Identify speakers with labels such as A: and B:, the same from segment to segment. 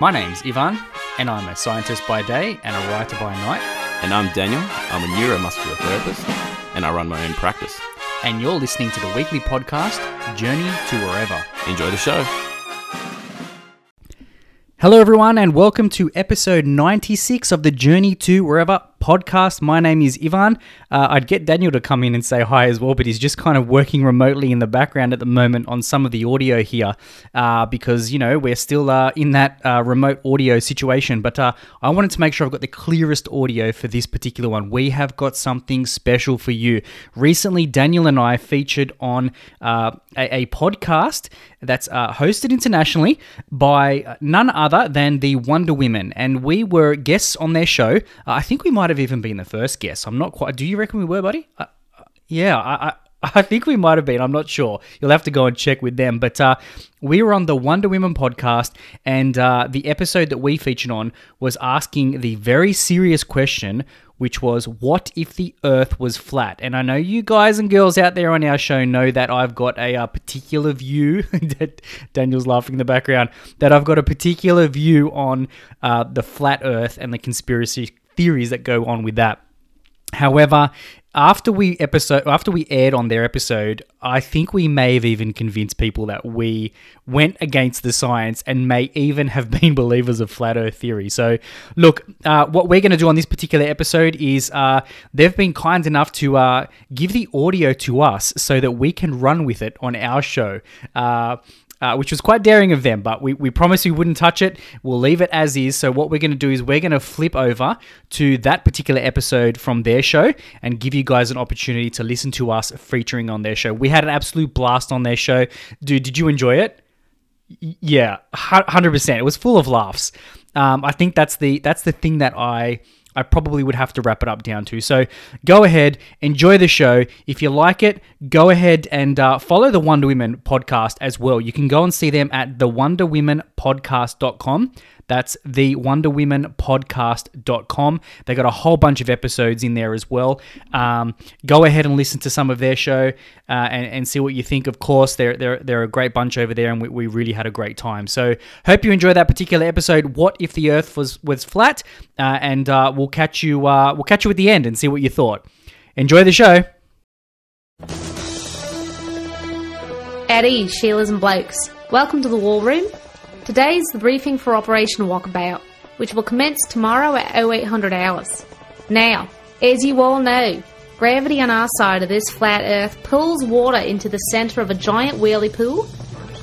A: My name's Ivan, and I'm a scientist by day and a writer by night,
B: And I'm Daniel. I'm a neuromuscular therapist, and I run my own practice.
A: and you're listening to the weekly podcast, Journey to Wherever.
B: Enjoy the show.
A: Hello, everyone, and welcome to episode 96 of the Journey to Wherever podcast. My name is Ivan. Uh, I'd get Daniel to come in and say hi as well, but he's just kind of working remotely in the background at the moment on some of the audio here uh, because, you know, we're still uh, in that uh, remote audio situation. But uh, I wanted to make sure I've got the clearest audio for this particular one. We have got something special for you. Recently, Daniel and I featured on uh, a, a podcast that's uh, hosted internationally by uh, none other than the Wonder Women, and we were guests on their show. Uh, I think we might have even been the first guests. I'm not quite. Do you reckon we were, buddy? Uh, yeah, I, I, I think we might have been. I'm not sure. You'll have to go and check with them. But uh, we were on the Wonder Women podcast, and uh, the episode that we featured on was asking the very serious question, which was, What if the earth was flat? And I know you guys and girls out there on our show know that I've got a uh, particular view. that Daniel's laughing in the background. That I've got a particular view on uh, the flat earth and the conspiracy theories that go on with that. However, after we episode after we aired on their episode, I think we may have even convinced people that we went against the science and may even have been believers of flat Earth theory. So, look, uh, what we're going to do on this particular episode is uh, they've been kind enough to uh, give the audio to us so that we can run with it on our show. Uh, uh, which was quite daring of them, but we, we promised we wouldn't touch it. We'll leave it as is. So, what we're going to do is we're going to flip over to that particular episode from their show and give you guys an opportunity to listen to us featuring on their show. We had an absolute blast on their show. Dude, did you enjoy it? Y- Yeah, hu- 100%. It was full of laughs. Um, I think that's the that's the thing that I I probably would have to wrap it up down to. So go ahead, enjoy the show. If you like it, go ahead and uh, follow the Wonder Women podcast as well. You can go and see them at thewonderwomenpodcast.com. That's the wonderwomenpodcast.com. They got a whole bunch of episodes in there as well. Um, go ahead and listen to some of their show uh, and, and see what you think. Of course, they're, they're, they're a great bunch over there, and we, we really had a great time. So, hope you enjoy that particular episode. What if the Earth was was flat? Uh, and uh, we'll catch you uh, we'll catch you at the end and see what you thought. Enjoy the show.
C: Eddie, Sheilas and blokes, welcome to the War Room. Today is the briefing for Operation Walkabout, which will commence tomorrow at 0800 hours. Now, as you all know, gravity on our side of this flat Earth pulls water into the centre of a giant whirlpool.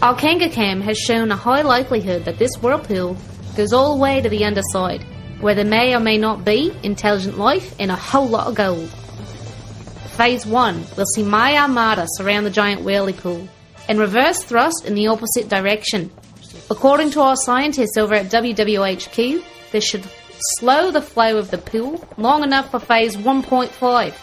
C: Our Kangakam has shown a high likelihood that this whirlpool goes all the way to the underside, where there may or may not be intelligent life and a whole lot of gold. Phase 1 will see my armada surround the giant whirlpool and reverse thrust in the opposite direction. According to our scientists over at WWHQ, this should slow the flow of the pool long enough for phase 1.5,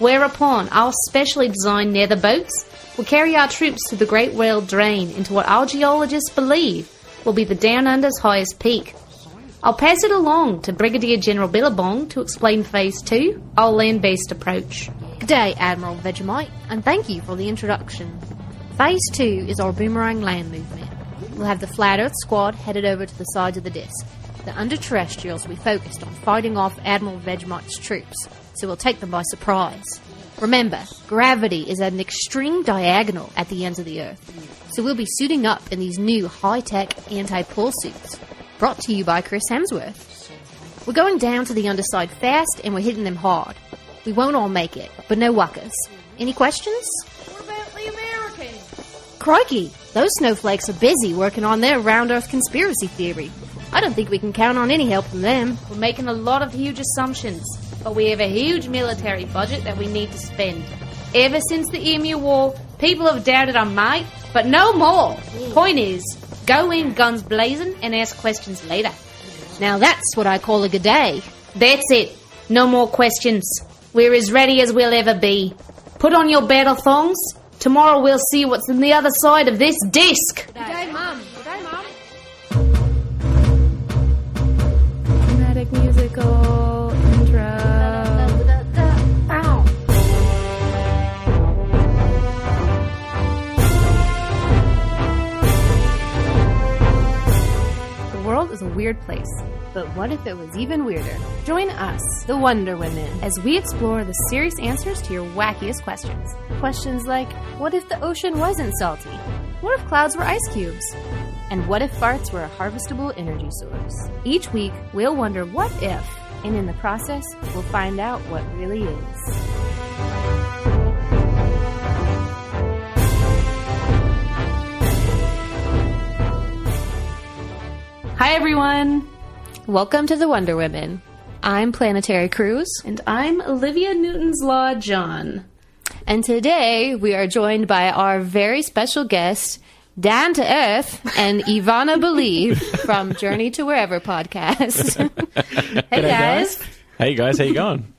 C: whereupon our specially designed nether boats will carry our troops through the Great Whale Drain into what our geologists believe will be the Down Under's highest peak. I'll pass it along to Brigadier General Billabong to explain Phase 2, our land based approach.
D: Good day, Admiral Vegemite, and thank you for the introduction. Phase 2 is our boomerang land movement. We'll have the Flat Earth Squad headed over to the sides of the disc. The Underterrestrials will be focused on fighting off Admiral Vegemite's troops, so we'll take them by surprise. Remember, gravity is at an extreme diagonal at the ends of the Earth, so we'll be suiting up in these new high tech anti pull suits, brought to you by Chris Hemsworth. We're going down to the underside fast and we're hitting them hard. We won't all make it, but no wuckers. Any questions?
E: What about the Americans?
D: Crikey, those snowflakes are busy working on their round earth conspiracy theory. I don't think we can count on any help from them.
C: We're making a lot of huge assumptions, but we have a huge military budget that we need to spend. Ever since the Emu War, people have doubted our might, but no more.
D: Hmm.
C: Point is, go in guns blazing and ask questions later.
D: Now that's what I call a good day.
C: That's it. No more questions. We're as ready as we'll ever be. Put on your battle thongs. Tomorrow we'll see what's on the other side of this disc.
E: G'day, Mum. G'day, Mum.
F: Dramatic musical intro. The world
G: was a weird place.
C: But what if it was even weirder? Join us, the Wonder Women,
G: as we explore the serious answers to your wackiest questions.
C: at questions like what if the ocean wasn't salty? What if clouds were ice cubes? And what if farts were a harvestable energy source?
G: Each week, we'll wonder what if.
C: And in the process, we'll find out what really is.
G: Hi, everyone.
C: Welcome to the Wonder Women. I'm Planetary Cruz,
G: And I'm Olivia Newton's Law John.
C: and today we are joined by our very special guest, Down to Earth and Ivana Believe from Journey to Wherever podcast.
G: Hey, guys.
B: Hey guys, how you going?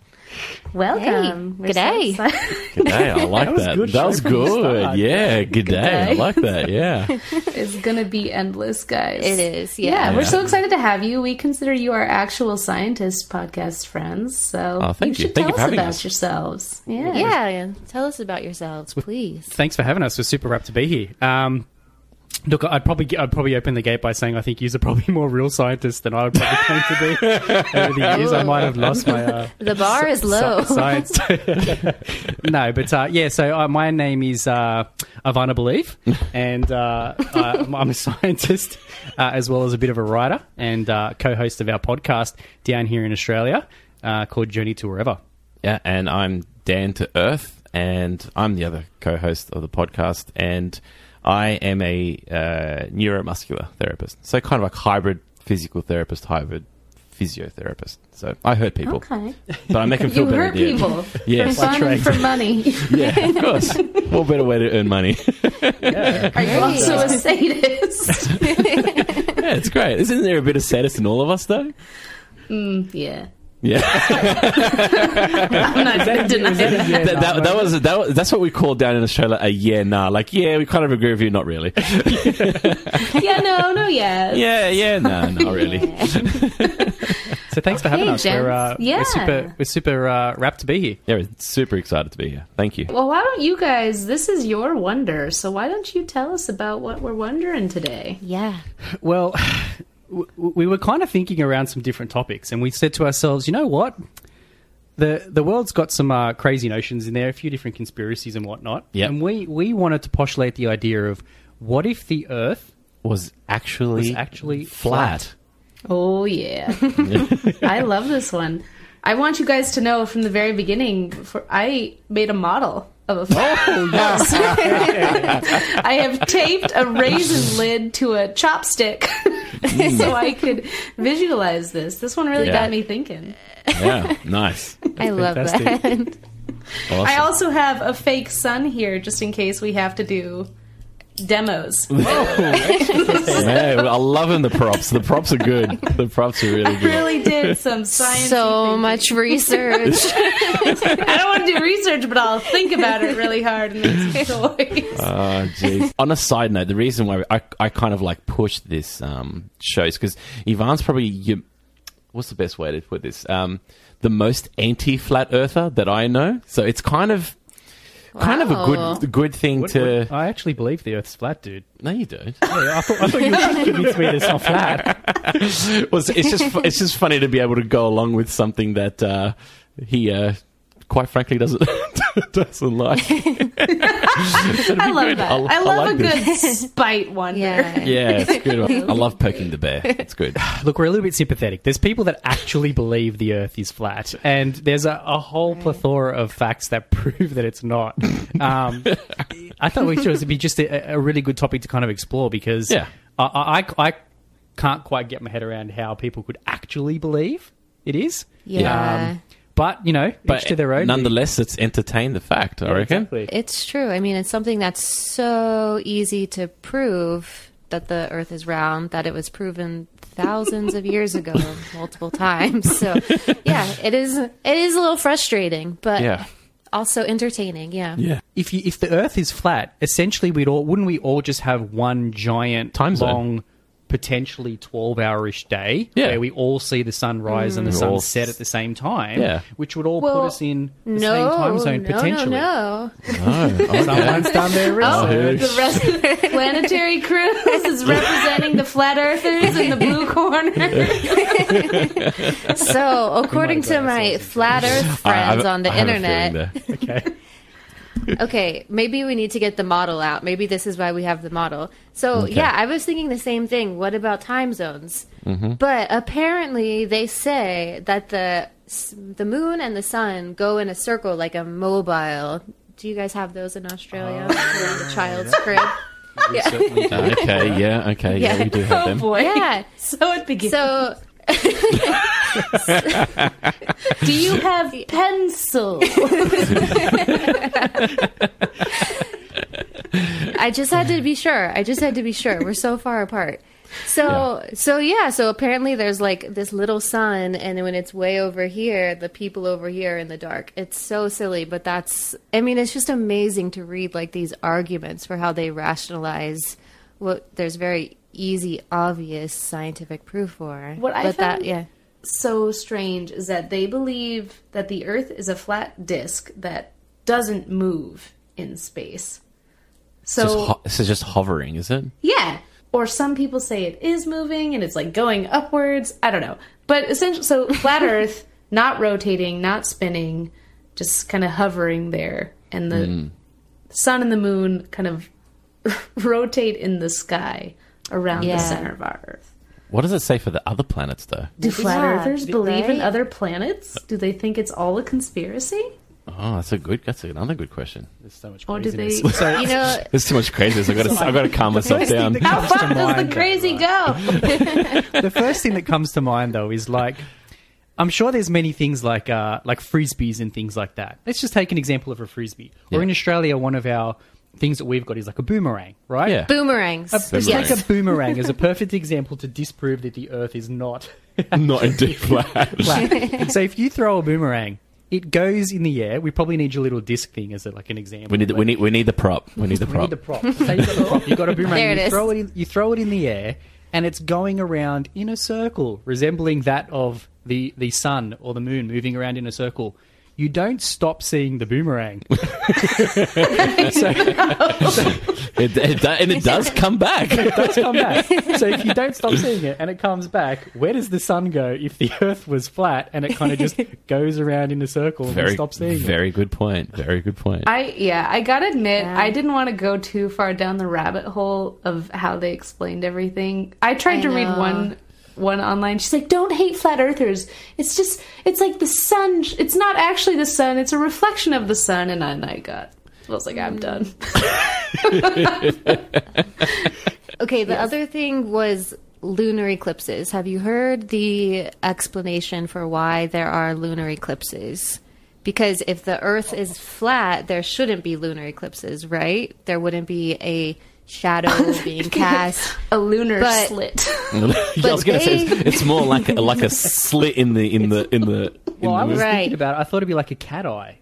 G: Welcome.
C: Hey,
G: We're so
C: g'day.
G: excited.
B: Good day. I like
A: was
B: that.
A: good
B: that
A: show
B: was
A: from the start.
B: good. Yeah, good day. I
C: day.
B: like that. Yeah.
G: it's going to be endless, guys.
C: it is,
G: Yeah,
C: yeah.
G: we're so excited to have you. We consider you our actual scientist podcast friends. So
B: Oh, thank you.
G: should
B: Thank you
G: tell
B: for
G: us
B: having
G: about
B: us.
G: yourselves. Yeah.
C: Yeah, yeah. tell us about yourselves, please.
A: Thanks for having us. We're super wrapped to be here. Um, look, I'd probably I'd probably open the gate by saying I think you're probably more real scientists than I would probably claim to be. Over the years, I might have lost my uh,
C: The bar is low.
A: sci- science. no, but uh, yeah. So uh, my name is uh, Ivana Believe, and uh, I, I'm a scientist uh, as well as a bit of a writer and uh, co-host of our podcast down here in Australia uh, called Journey to Wherever.
B: Yeah, and I'm Dan to Earth, and I'm the other co-host of the podcast, and I am a uh, neuromuscular therapist, so kind of like hybrid physical therapist, hybrid physiotherapist. So I hurt people,
G: Okay.
B: but I make them feel
G: You
B: better.
G: hurt
B: at the end.
G: people
B: Yes,
G: for fun and for money.
B: yeah, of course. What better way to earn money?
G: Are you also a sadist?
B: yeah, it's great. Isn't there a bit of sadist in all of us, though?
G: Mm, yeah.
B: Yeah,
G: I'm not going to deny that.
B: that, that, that was that. Was, that's what we call down in Australia a yeah nah. Like yeah, we kind of agree with you, not really.
G: Yeah, no, no, yeah.
B: Yeah, yeah, nah, not really.
A: So thanks for having us. We're, uh,
G: gents. Yeah.
A: we're super we're super uh, wrapped to be here.
B: Yeah, we're super excited to be here. Thank you.
G: Well, why don't you guys? This is your wonder, so why don't you tell us about what we're wondering today?
C: Yeah.
A: Well, w- we were kind of thinking around some different topics, and we said to ourselves, you know what? The the world's got some uh, crazy notions in there, a few different conspiracies and whatnot.
B: Yep.
A: And we, we wanted to postulate the idea of what if the Earth
B: Was actually
A: Was actually flat.
G: Oh yeah, I love this one. I want you guys to know from the very beginning. For I made a model of a phone. I have taped a raisin lid to a chopstick so I could visualize this. This one really
B: Yeah.
G: got me thinking.
B: Yeah, nice.
C: I love
A: fantastic.
C: that.
B: Awesome.
G: I also have a fake sun here just in case we have to do demos.
B: Yeah, well, I love in the props. The props are good. The props are really good.
G: really did some science.
C: so much research.
G: I don't want to do research, but I'll think about it really hard and make some choice.
B: Oh, jeez. On a side note, the reason why I, I kind of like push this um, show is because Ivan's probably you, what's the best way to put this? Um, the most anti flat earther that I know. So it's kind of kind of a
C: Wow.
B: good good thing
A: What-
B: to.
A: what- I actually believe the Earth's flat, dude.
B: No, you don't.
A: I thought, I thought you were trying to convince me that it's not flat.
B: Well, it's it's just fu- it's just funny to be able to go along with something that uh, he. Uh, Quite frankly, doesn't doesn't like.
G: I love
B: good.
G: that.
B: I'll-
G: I
B: I
G: love
B: like
G: a good spite wonder.
C: yeah.
B: Yeah, it's a good. one. I love poking the bear. It's good.
A: Look, we're a little bit sympathetic. There's people that actually believe the Earth is flat, and there's a, a whole plethora of facts that prove that it's not. Um, I thought we thought it would be just a, a really good topic to kind of explore because
B: Yeah.
A: I, I, I- I can't quite get my head around how people could actually believe it is. Um,
C: Yeah.
A: but you know, each to their own.
B: Nonetheless, it's entertain the fact. I reckon.
A: Exactly.
C: It's true. I mean, it's something that's so easy to prove that the Earth is round, that it was proven thousands of years ago multiple times. So, yeah, it is. It is a little frustrating, but
B: Yeah.
C: also entertaining. Yeah.
B: Yeah.
A: if you, if the Earth is flat, essentially we'd all wouldn't we all just have one giant
B: Time zone.
A: long potentially 12 hour ish day
B: Yeah.
A: where we all see the sun rise and the
B: We
A: sun
B: all
A: set at the same time,
B: Yeah.
A: which would all
D: Well,
A: put us in the
D: no,
A: same time zone
D: no,
A: potentially.
D: no,
B: Oh,
A: Someone's done their
D: Oh,
A: research.
G: The rest of the planetary cruise is representing the flat earthers in the blue corner.
D: no. So, according to my flat Earth friends on the internet,
A: Okay.
D: okay, maybe we need to get the model out. Maybe this is why we have the model. So,
B: Okay.
D: yeah, I was thinking the same thing. What about time zones? But apparently, they say that the s- the moon and the sun go in a circle like a mobile. Do you guys have those in Australia? Around a child's crib?
B: okay, yeah, okay, yeah,
D: Yeah.
B: we do have them.
G: Oh, boy.
D: Yeah.
G: So it begins.
D: So,
G: do you have pencil?
D: I just had to be sure. I just had to be sure. We're so far apart. So so yeah, so apparently there's like this little sun and then when it's way over here, the people over here are in the dark. It's so silly, but that's I mean, it's just amazing to read like these arguments for how they rationalize what there's very easy, obvious scientific proof for.
G: What I
D: but that
G: found-
D: yeah.
G: so strange is that they believe that the Earth is a flat disk that doesn't move in space. So
B: Just ho- so just hovering, is it?
G: yeah, or some people say it is moving and it's like going upwards. I don't know, but essentially, so flat Earth, not rotating, not spinning, just kind of hovering there, and the sun and the moon kind of rotate in the sky around
D: Yeah.
G: the center of our Earth.
B: What does it say for the other planets though?
G: Do flat
D: Yeah,
G: earthers believe in
D: right?
G: other planets? Do they think it's all a conspiracy?
B: Oh, that's a good. That's another good question.
A: There's so much
G: Or do they?
A: craziness.
D: You know,
B: There's too much craziness. I got to. I got to calm myself down.
G: How far does the crazy go?
A: the first thing that comes to mind though is like I'm sure there's many things like uh, like frisbees and things like that. Let's just take an example of a frisbee. Or
B: Yeah.
A: in Australia, one of our things that we've got is like a boomerang, right?
B: Yeah.
D: boomerangs.
A: It's
B: Boomerang.
A: like a boomerang is a perfect example to disprove that the Earth is not
B: Not in deep flat.
A: flat. so if you throw a boomerang, it goes in the air. We probably need your little disc thing as a, like an example.
B: We need. The, we need. We need the prop. We need the
A: We
B: prop.
A: need the prop. Say you got the prop. You got a boomerang.
D: There it
A: you
D: is.
A: throw it. In, you throw it in the air, and it's going around in a circle, resembling that of the the sun or the moon moving around in a circle. You don't stop seeing the boomerang.
B: It, it, do- and it does come back.
A: It's come back. So if you don't stop seeing it and it comes back, where does the sun go if the Earth was flat and it kind of just goes around in a circle and you
B: Very.
A: stop seeing it?
B: Very good point. Very good point.
G: I yeah, I gotta admit,
D: Yeah.
G: I didn't want to go too far down the rabbit hole of how they explained everything. I tried
D: I
G: to read
D: know.
G: one one online. She's like, "Don't hate flat earthers. It's just it's like the sun. It's not actually the sun. It's a reflection of the sun." And I, and I got. I was like, I'm done.
D: Okay, the other thing was lunar eclipses. Have you heard the explanation for why there are lunar eclipses? Because if the Earth is flat, there shouldn't be lunar eclipses, right? There wouldn't be a shadow being cast.
G: A lunar
D: But-
G: slit.
B: I was going to say
D: they-
B: it's, it's more like a, like a slit in the in the in the. In
A: Well, I
B: the
A: was
D: Right.
A: thinking about. It, I thought it'd be like a cat eye.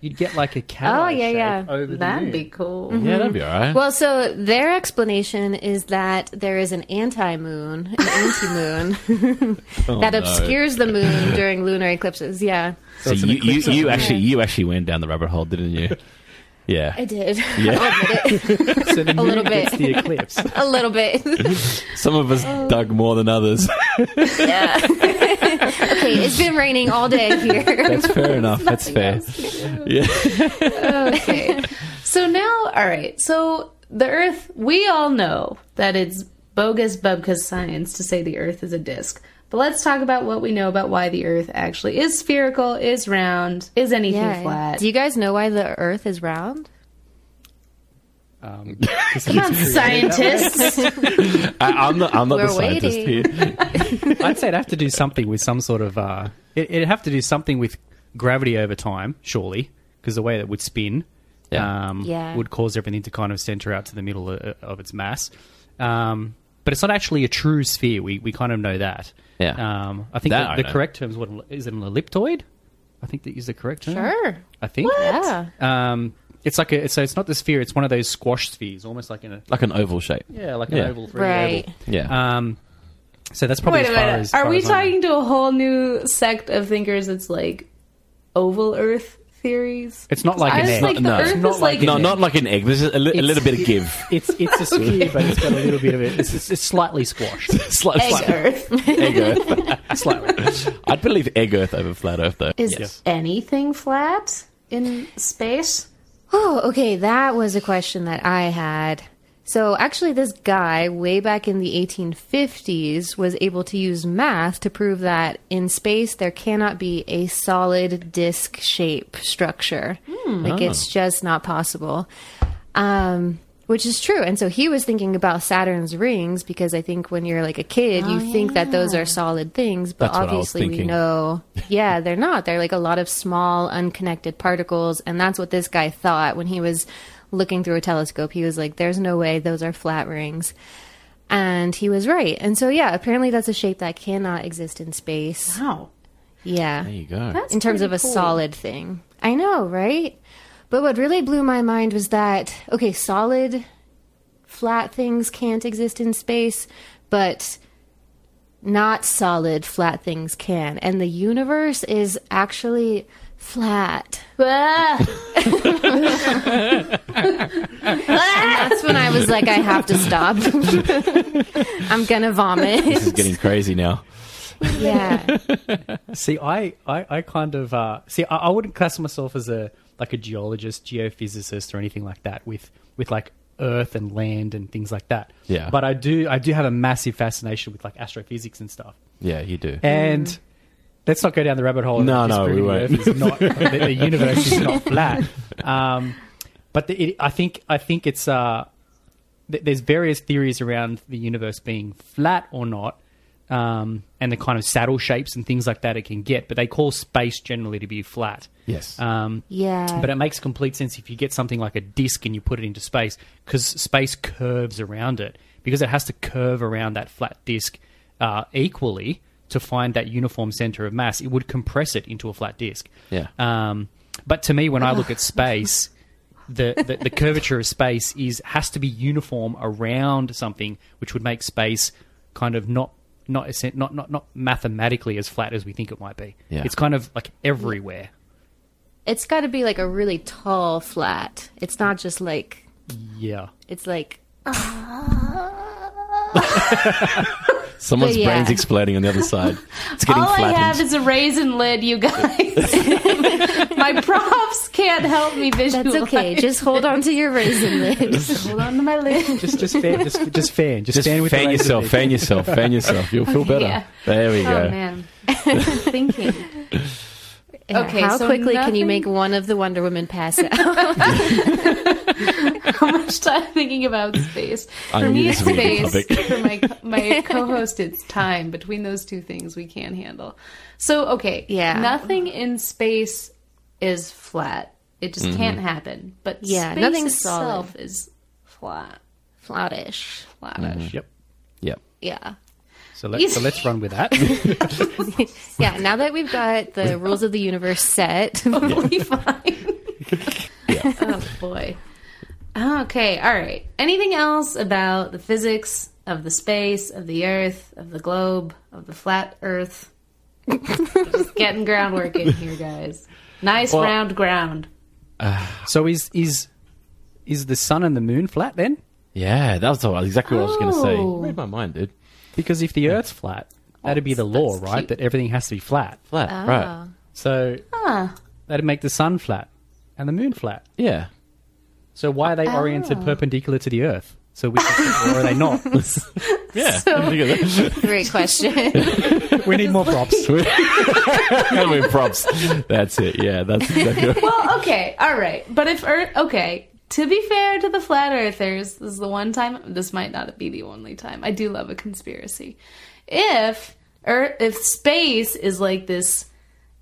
A: You'd get like a cat
D: Oh,
A: eye
D: yeah,
A: shape
D: yeah.
A: over the
G: That'd
A: moon.
G: be cool.
B: yeah, that'd be all right.
D: Well, so their explanation is that there is an anti moon, an anti moon, that
B: no.
D: obscures the moon during lunar eclipses. Yeah,
B: so
A: it's an
B: you, you,
A: eclipse of
B: you
A: the
B: actually you actually went down the rabbit hole, didn't you? Yeah.
D: I did.
B: Yeah.
A: So the moon
D: little
A: gets
D: bit.
A: the eclipse.
D: a little bit.
B: Some of us dug more than others.
D: okay, it's been raining all day here.
B: That's fair enough. That's fair. Yeah.
G: okay. So now, all right. So the Earth, we all know that it's bogus bubkus science to say the Earth is a disc. But let's talk about what we know about why the Earth actually is spherical, is round, is anything flat.
D: Do you guys know why the Earth is round?
A: Um,
G: Come on, scientists.
B: I, I'm not. I'm not the
D: We're
B: scientist
D: waiting.
B: here.
A: I'd say it'd have to do something with some sort of. Uh, it, it'd have to do something with gravity over time, surely, because the way that would spin
B: Yeah.
A: Um,
D: Yeah.
A: would cause everything to kind of center out to the middle of, of its mass. Um, but it's not actually a true sphere. We, we kind of know that.
B: Yeah.
A: Um, I think
B: That
A: the-
B: I
A: the,
B: know.
A: correct term is what is it an elliptoid? I think that is the correct term. I think.
D: Yeah.
A: Um, It's like a so it's not the sphere. It's one of those squash spheres, almost like in a
B: like an oval shape.
A: yeah, like
B: Yeah.
A: an oval, three
G: Right.
B: Yeah.
A: Um, so that's probably
G: Wait a
A: as far
G: minute.
A: as.
G: Are
A: far
G: we
A: as I know.
G: talking to a whole new sect of thinkers that's like oval Earth theories?
A: It's not like
G: I
A: an
G: was
A: egg.
G: like, the
B: No, it's
G: Earth
A: not
G: is
A: like
G: like,
A: an
B: no, not like an egg. There's a, li- a
A: It's-
B: little bit of give.
A: It's it's a sphere, but it's got a little bit of it. It's, it's, it's slightly squashed.
B: Slight-
G: egg
B: slight-
G: Earth.
B: egg Earth.
A: slightly.
B: I'd believe egg Earth over flat Earth though.
G: Is
A: Yes.
G: anything flat in space?
D: Oh, okay. That was a question that I had. So, actually, this guy, way back in the 1850s, was able to use math to prove that in space there cannot be a solid disk shape structure.
B: Hmm.
D: Like, it's
B: Ah.
D: just not possible. Um, which is true. And so he was thinking about Saturn's rings because I think when you're like a kid, you think that those are solid things, but
B: Ah, That's what I was
D: obviously we
B: thinking.
D: know no. Yeah, they're not. They're like a lot of small, unconnected particles. And that's what this guy thought when he was looking through a telescope. He was like, there's no way those are flat rings. And he was right. And so, yeah, apparently that's a shape that cannot exist in space.
G: Wow.
D: Yeah
B: There you go.
D: in terms of a solid thing. I know, right? But what really blew my mind was that okay, solid flat things can't exist in space, but not solid flat things can. And the universe is actually flat. And that's when I was like I have to stop. I'm going to
B: This is
D: vomit.
B: getting crazy now.
D: Yeah.
A: See, I, I, I kind of uh, see. I, I wouldn't class myself as a like a geologist, geophysicist, or anything like that. With with like Earth and land and things like that.
B: Yeah.
A: But I do I do have a massive fascination with like astrophysics and stuff.
B: Yeah, you do.
A: And let's not go down the rabbit hole. of
B: No, no, we
A: disproving Earth
B: won't.
A: is not, the, the universe is not flat. Um, but the, it, I think I think it's uh, th- there's various theories around the universe being flat or not, um, and the kind of saddle shapes and things like that it can get. But they call space generally to be flat.
B: Yes.
A: Um,
D: Yeah.
A: But it makes complete sense if you get something like a disk and you put it into space because space curves around it because it has to curve around that flat disk uh, equally to find that uniform center of mass. It would compress it into a flat disk.
B: Yeah.
A: Um, but to me, when I look at space, the, the, the curvature of space is has to be uniform around something, which would make space kind of not not essen- not not not mathematically as flat as we think it might be.
B: Yeah.
A: It's kind of like everywhere.
D: it's got to be like a really tall flat. It's not just like
A: Yeah.
D: it's like
B: Someone's
D: but yeah.
B: brain's exploding on the other side. It's getting
G: All I
B: flattened.
G: have is a raisin lid, you guys. my props can't help me visualize.
D: that's okay. Just hold on to your raisin lid.
G: hold on to my lid.
A: just just fan, just, just fan, just,
B: Just
A: fan with the
B: fan
A: laser
B: yourself,
A: beam.
B: fan yourself, fan yourself. You'll feel better.
G: Yeah.
B: There we go.
G: Oh man, thinking.
D: Yeah,
G: Okay,
D: how
G: so
D: quickly can you
G: nothing-
D: make one of the Wonder Woman pass out?
G: How much time thinking about space?
B: I
G: For
B: knew
G: me, it's
B: this would be a good
G: space. For my my co-host, it's time. Between those two things, we can't handle. So okay,
D: Yeah.
G: Nothing in space is flat. It just
B: Mm-hmm.
G: can't happen. But
D: Yeah,
G: space
D: nothing's
G: itself is flat.
B: Mm-hmm.
D: Flattish.
G: Flattish.
A: Yep.
B: Yep.
D: Yeah.
A: So let's so let's run with that.
D: Yeah, now that we've got the rules of the universe set,
G: Totally fine. oh boy. Okay, all right. Anything else about the physics of the space, of the earth, of the globe, of the flat earth? Just getting groundwork in here, guys. Nice
A: Well-
G: round ground.
A: so is is is the sun and the moon flat then?
B: Yeah, that's all, exactly what I was going to say.
G: Oh.
B: Read my mind, dude.
A: Because if the Earth's flat, that'd be the law,
G: that's
A: right?
G: cute.
A: That everything has to be flat.
B: Flat, right?
A: So
G: Ah,
A: that'd make the sun flat and the moon flat.
B: Yeah.
A: So why are they
G: Ah.
A: oriented perpendicular to the Earth? So we can, or are they not?
B: Yeah.
G: So-
B: Look at that.
D: great question.
A: We need more props.
B: And we're props. That's it. Yeah, that's exactly right.
G: well, okay, all right. But if Earth, okay. To be fair to the flat earthers, this is the one time. This might not be the only time. I do love a conspiracy. If Earth, if space is like this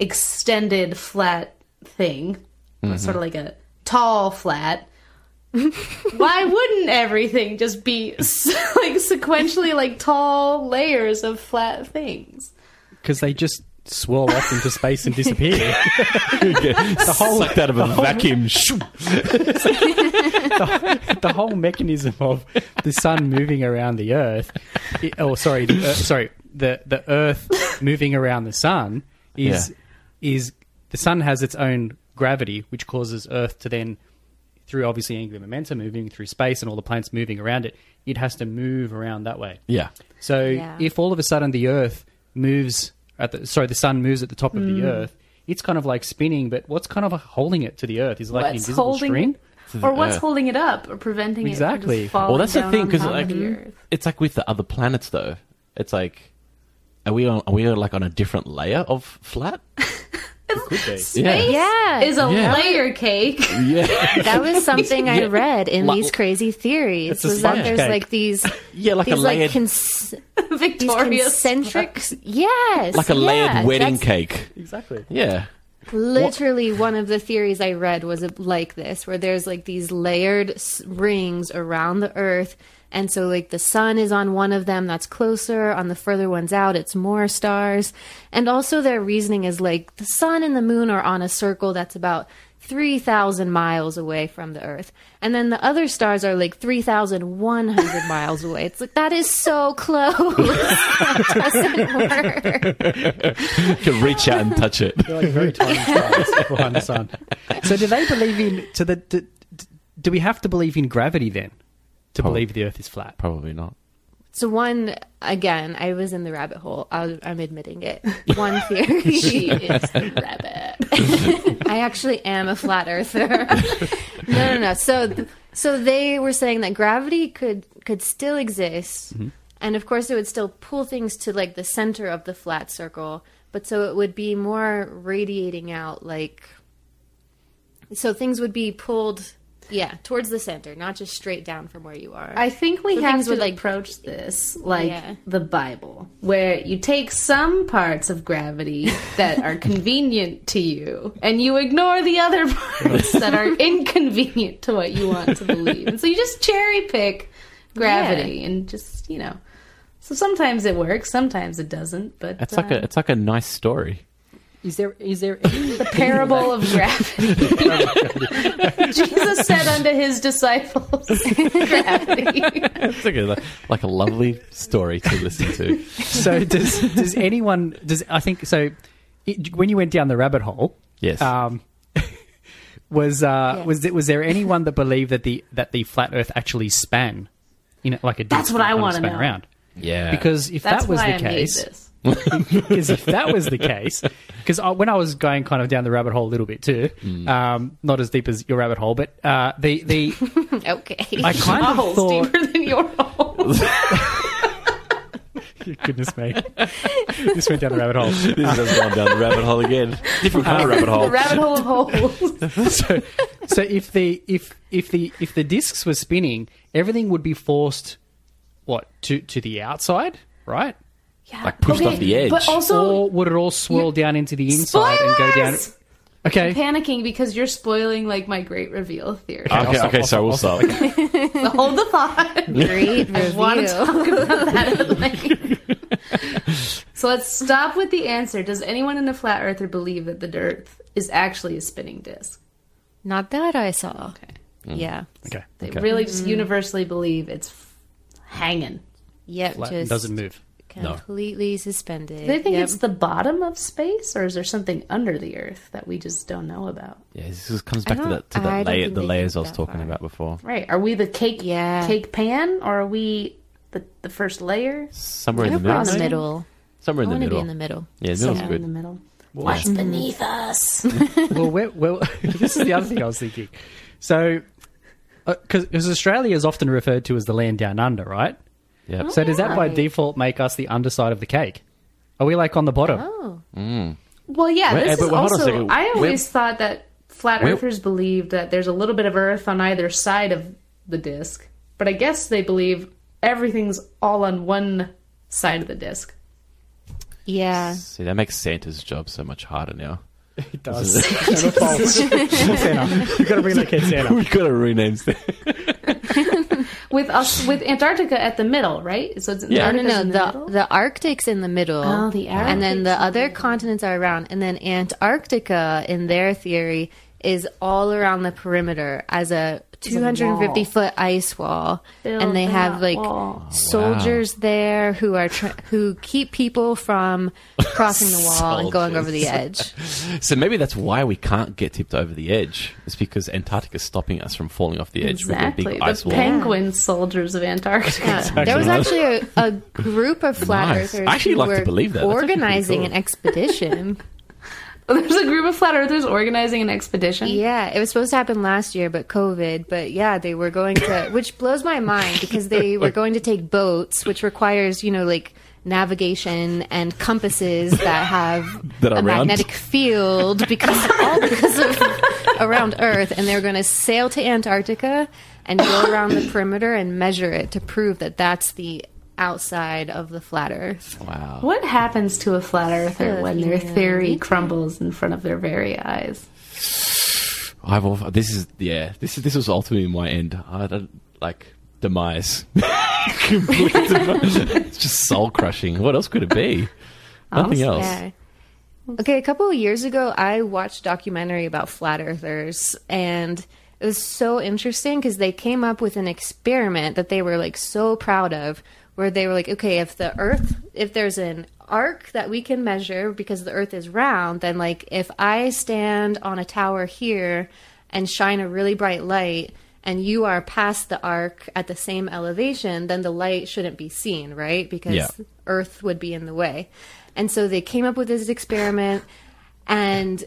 G: extended flat thing,
B: Mm-hmm.
G: sort of like a tall flat. Why wouldn't everything just be s- like sequentially like tall layers of flat things?
A: Because they just swirl off into space and disappear.
B: the
A: whole-
B: sucked out of a vacuum. Shoo.
A: the whole mechanism of the sun moving around the Earth, i- oh sorry, the earth, sorry, the the Earth moving around the sun is is the sun has its own gravity, which causes Earth to then, through obviously angular momentum, moving through space and all the planets moving around it, it has to move around that way.
B: yeah,
A: So
D: Yeah.
A: if all of a sudden the Earth moves at the sorry the sun moves at the top of
G: Mm.
A: the Earth, it's kind of like spinning. But what's kind of holding it to the Earth is like an
G: what's
A: invisible
G: holding
A: string.
G: or what's
B: earth.
G: holding it up or preventing
A: Exactly.
G: it from just falling
B: Well, that's the
G: down
B: thing
G: on
B: because
G: top of
B: like mm,
G: the earth.
B: it's like with the other planets though. It's like are we on are we like on a different layer of flat?
G: Space
D: Yeah.
G: is a
B: Yeah.
G: layer cake.
B: yeah,
D: that was something I
B: Yeah.
D: read in
B: Li-
D: these crazy
A: It's
D: theories.
A: a
D: Was that
A: sponge
D: there's
A: cake.
D: like these
B: yeah, like
D: these
B: a
D: like
B: layered
D: cons- these
G: Victorious.
D: concentric yes
B: like a layered
D: yeah,
B: wedding
D: that's
B: cake.
A: Exactly.
B: Yeah,
D: literally one of the theories i read was uh, like this where there's like these layered s- rings around the earth and so like the sun is on one of them that's closer on the further ones out it's more stars and also their reasoning is like the sun and the moon are on a circle that's about 3000 miles away from the earth and then the other stars are like 3100 miles away it's like that is so close That doesn't work
B: you can reach out and touch it.
A: They're like very tiny stars behind the sun. So do they believe in to the do, do we have to believe in gravity then to
B: Probably.
A: believe the Earth is flat?
B: Probably not.
D: So one again, I was in the rabbit hole. I, I'm admitting it. One theory.
G: It's the rabbit.
D: I actually am a flat earther. no, no, no. So, so they were saying that gravity could could still exist,
B: Mm-hmm.
D: and of course, it would still pull things to like the center of the flat circle. But so it would be more radiating out, like so things would be pulled, yeah, towards the center, not just straight down from where you are.
G: I think we
D: So
G: have
D: things
G: to
D: would, like-
G: approach this like
D: Yeah.
G: the Bible, where you take some parts of gravity that are convenient to you, and you ignore the other parts that are inconvenient to what you want to believe. And so you just cherry pick gravity and just you know. So sometimes it works, sometimes it doesn't. But uh,
B: It's like a it's like a nice story.
A: Is there is there any
G: parable of gravity. Jesus said unto his disciples, gravity.
B: It's like a, like a lovely story to listen to.
A: so does does anyone does I think so it, when you went down the rabbit hole
B: Yes.
A: um was uh
D: Yeah.
A: was it was there anyone that believed that the that the flat earth actually span you know like a
G: That's
A: disc
G: what
A: that
G: I
A: kind of
G: wanna
A: span
G: know.
A: around
B: yeah,
A: because if
G: That's
A: that was the
G: why I
A: case
G: made this.
A: because if that was the case, because when I was going kind of down the rabbit hole a little bit too, um, not as deep as your rabbit hole, but uh, the the
D: okay.
A: I kind
G: My
A: of
G: hole's
A: thought,
G: deeper than your hole.
A: goodness me, this went down the rabbit hole.
B: this has gone down the rabbit hole again. Different kind of rabbit hole.
G: Rabbit hole of holes.
A: So, so if the if if the if the discs were spinning, everything would be forced what to to the outside, right?
B: Like pushed off the edge.
G: But also,
A: or would it all swirl down into the inside and go down?
G: Spoilers!
A: Okay.
G: panicking because you're spoiling like my great reveal theory.
B: okay,
A: I'll stop,
B: okay,
A: I'll
B: so we'll stop.
G: Hold the thought.
D: Great
G: wanna
D: review.
G: So let's stop with the answer. Does anyone in a flat earther believe that the Earth is actually a spinning disc?
D: Not that I saw.
B: Mm.
D: Yeah.
A: Okay.
G: They really just universally believe it's f- hanging.
D: Yep.
A: Flat
D: just
A: doesn't move.
D: completely suspended.
G: Do they think
D: Yep.
G: it's the bottom of space, or is there something under the Earth that we just don't know about?
B: Yeah, this just comes back to
D: don't-
B: that to
D: I
B: that
D: don't
B: layer,
D: think
B: the
D: they
B: layers
D: think
B: I was
D: that
B: talking
D: far.
B: about before.
G: Right? Are we the cake
D: Yeah.
G: cake pan, or are we the the first layer?
B: Somewhere in
D: I
B: the
D: hope we're
B: middle.
D: in the middle.
B: Somewhere
D: I
B: in the
D: want to be
B: middle.
D: in the middle.
B: Yeah, the middle's
G: Somewhere in the
B: good.
G: middle. What's beneath us?
A: well, we're, well, this is the other thing I was thinking. So, because Australia is often referred to as the land down under, right?
B: Yeah.
A: So does that by default make us the underside of the cake? Are we like on the bottom?
D: Oh.
G: Well, yeah,
B: Wait,
G: this
B: but
G: is
B: hold on a
G: also.
B: second.
G: I
B: Where-
G: always thought that flat
B: Where-
G: earthers believed that there's a little bit of Earth on either side of the disk, but I guess they believe everything's all on one side of the disk.
D: Yeah.
B: See, that makes Santa's job so much harder now.
A: It does. Santa. You've got to relocate Santa.
B: We've got to rename Santa.
G: with us with Antarctica at the middle, right? So it's
B: Yeah.
D: No,
G: Antarctica's
D: no, no.
G: in
D: The,
G: middle?
D: the, Arctic's in the middle.
G: Oh, the
D: And then the other continents are around. And then Antarctica, in their theory, is all around the perimeter as a 250 foot ice wall.
G: Build
D: and they have
G: that
D: like
G: wall.
D: soldiers there who are tr- who keep people from crossing the wall and going over the edge.
B: So maybe that's why we can't get tipped over the edge. It's because Antarctica's stopping us from falling off the edge with a
G: Exactly.
B: big
G: The
B: ice wall.
G: penguin soldiers of Antarctica.
D: Yeah. There was actually a, a group of flat
B: Nice.
D: earthers
B: I actually
D: who
B: like to
D: were
B: believe that. That's actually pretty
D: organizing
B: cool.
D: an expedition.
G: There's a group of flat earthers organizing an expedition.
D: Yeah, it was supposed to happen last year, but COVID. But yeah, they were going to, which blows my mind because they were going to take boats, which requires, you know, like navigation and compasses that have
B: That
D: a
B: are round.
D: magnetic field because all because of around Earth, and they were going to sail to Antarctica and go around the perimeter and measure it to prove that that's the outside of the flat Earth.
B: Wow.
G: What happens to a flat earther
D: Good
G: when their
D: man.
G: theory crumbles in front of their very eyes?
B: I've all, this is yeah. This is this was ultimately my end. I don't like demise. Complete demise. it's just soul crushing. What else could it be? Nothing else.
D: Yeah. Okay, a couple of years ago, I watched a documentary about flat earthers, and it was so interesting because they came up with an experiment that they were like so proud of, where they were like, okay, if the Earth, if there's an arc that we can measure because the Earth is round, then like if I stand on a tower here and shine a really bright light. And you are past the arc at the same elevation, then the light shouldn't be seen, right? Because
B: Yeah.
D: Earth would be in the way. And so they came up with this experiment and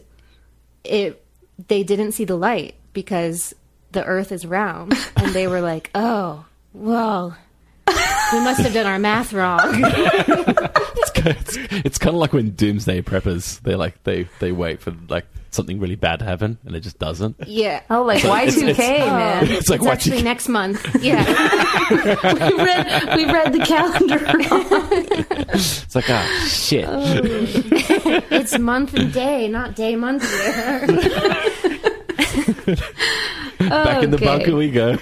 D: it they didn't see the light because the earth is round and they were like, "Oh, well, we must have done our math wrong."
B: It's, ki- it's, it's kind of like when doomsday preppers. They like they they wait for like something really bad to happen and it just doesn't.
D: yeah.
G: Oh,
D: Oh.
G: like Y2K, man.
B: It's like
D: it's
B: what
D: actually
B: you
D: next month. Yeah.
G: we read we read the calendar.
B: It's like ah shit.
D: it's month and day, not day month year.
B: Back in the
G: okay.
B: bunker we go.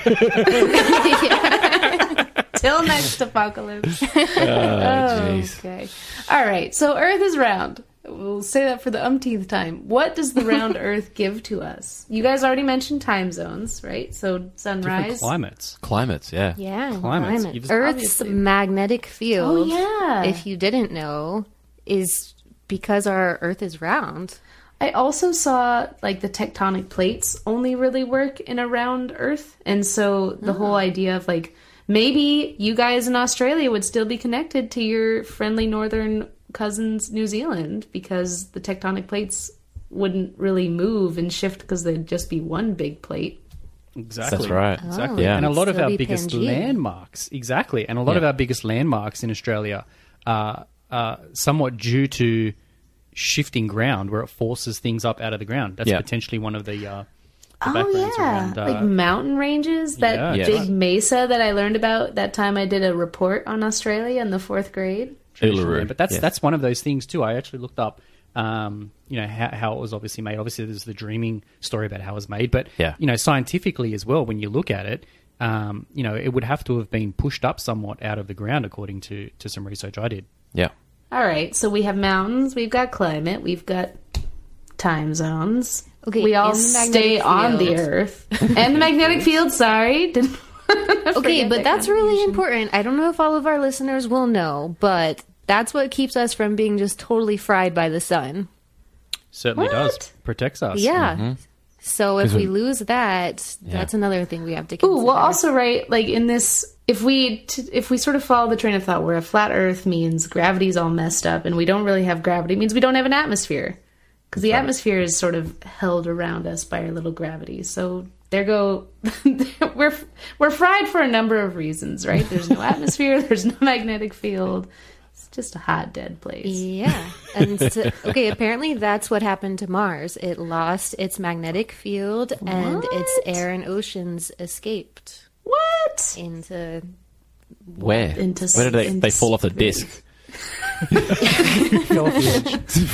G: Till next apocalypse.
B: Jeez.
G: Okay. All right. So Earth is round. We'll say that for the umpteenth time. What does the round Earth give to us? You guys already mentioned time zones, right? So sunrise.
A: climates.
B: Climates, yeah.
D: Yeah, and
A: Climates.
D: climate.
A: You've-
D: Earth's
G: Obviously.
D: magnetic
G: Oh
D: field.
G: yeah.
D: If you didn't know, is because our Earth is round.
G: I also saw like the tectonic plates only really work in a round Earth, and so the whole
A: Ah.
G: idea of like maybe you guys in Australia would still be connected to your friendly northern cousins, New Zealand, because the tectonic plates wouldn't really move and shift because they'd just be one big plate.
A: Exactly.
B: That's right.
A: Exactly.
B: Yeah.
A: And a lot of
D: Oh, Still
A: our
D: be
A: biggest
D: Pangea.
A: landmarks, exactly. And a lot of
B: Yeah.
A: our biggest landmarks in Australia are, are somewhat due to shifting ground where it forces things up out of the ground. That's
B: Yeah.
A: potentially one of the, uh, the backgrounds around. Uh,
G: like mountain ranges. That
A: Yeah,
G: big
B: yes.
G: mesa that I learned about that time I did a report on Australia in the fourth grade.
A: traditional
B: Uluru,
A: name. But that's
B: yeah.
A: that's one of those things too. I actually looked up, um, you know, how, how it was obviously made. Obviously, there's the dreaming story about how it was made, but
B: Yeah.
A: you know, scientifically as well, when you look at it, um, you know, it would have to have been pushed up somewhat out of the ground, according to to some research I did.
B: Yeah.
G: All right, so we have mountains, we've got climate, we've got time zones.
D: Okay,
G: we all
D: and the magnetic
G: stay on the
D: field.
G: earth and the magnetic field. Sorry, didn't
D: Okay,
G: forget
D: but
G: that
D: that's really important. I don't know if all of our listeners will know, but that's what keeps us from being just totally fried by the sun.
A: Certainly does
G: What?
A: protects us.
D: Yeah.
B: Mm-hmm.
D: So if we lose that, that's another thing we have to consider.
G: Ooh, well, also right, like in this, if we t- if we sort of follow the train of thought, where a flat Earth means gravity's all messed up, and we don't really have gravity, means we don't have an atmosphere, because the atmosphere is sort of held around us by our little gravity. So there go, we're we're fried for a number of reasons, right? There's no atmosphere, there's no magnetic field. It's just a hot dead place.
D: yeah. And so, okay, apparently that's what happened to Mars. It lost its magnetic field and its air and oceans escaped
G: What?
D: into
B: Where?
G: Into s-
B: Where did they,
G: into
B: they fall off the
G: space.
B: disc?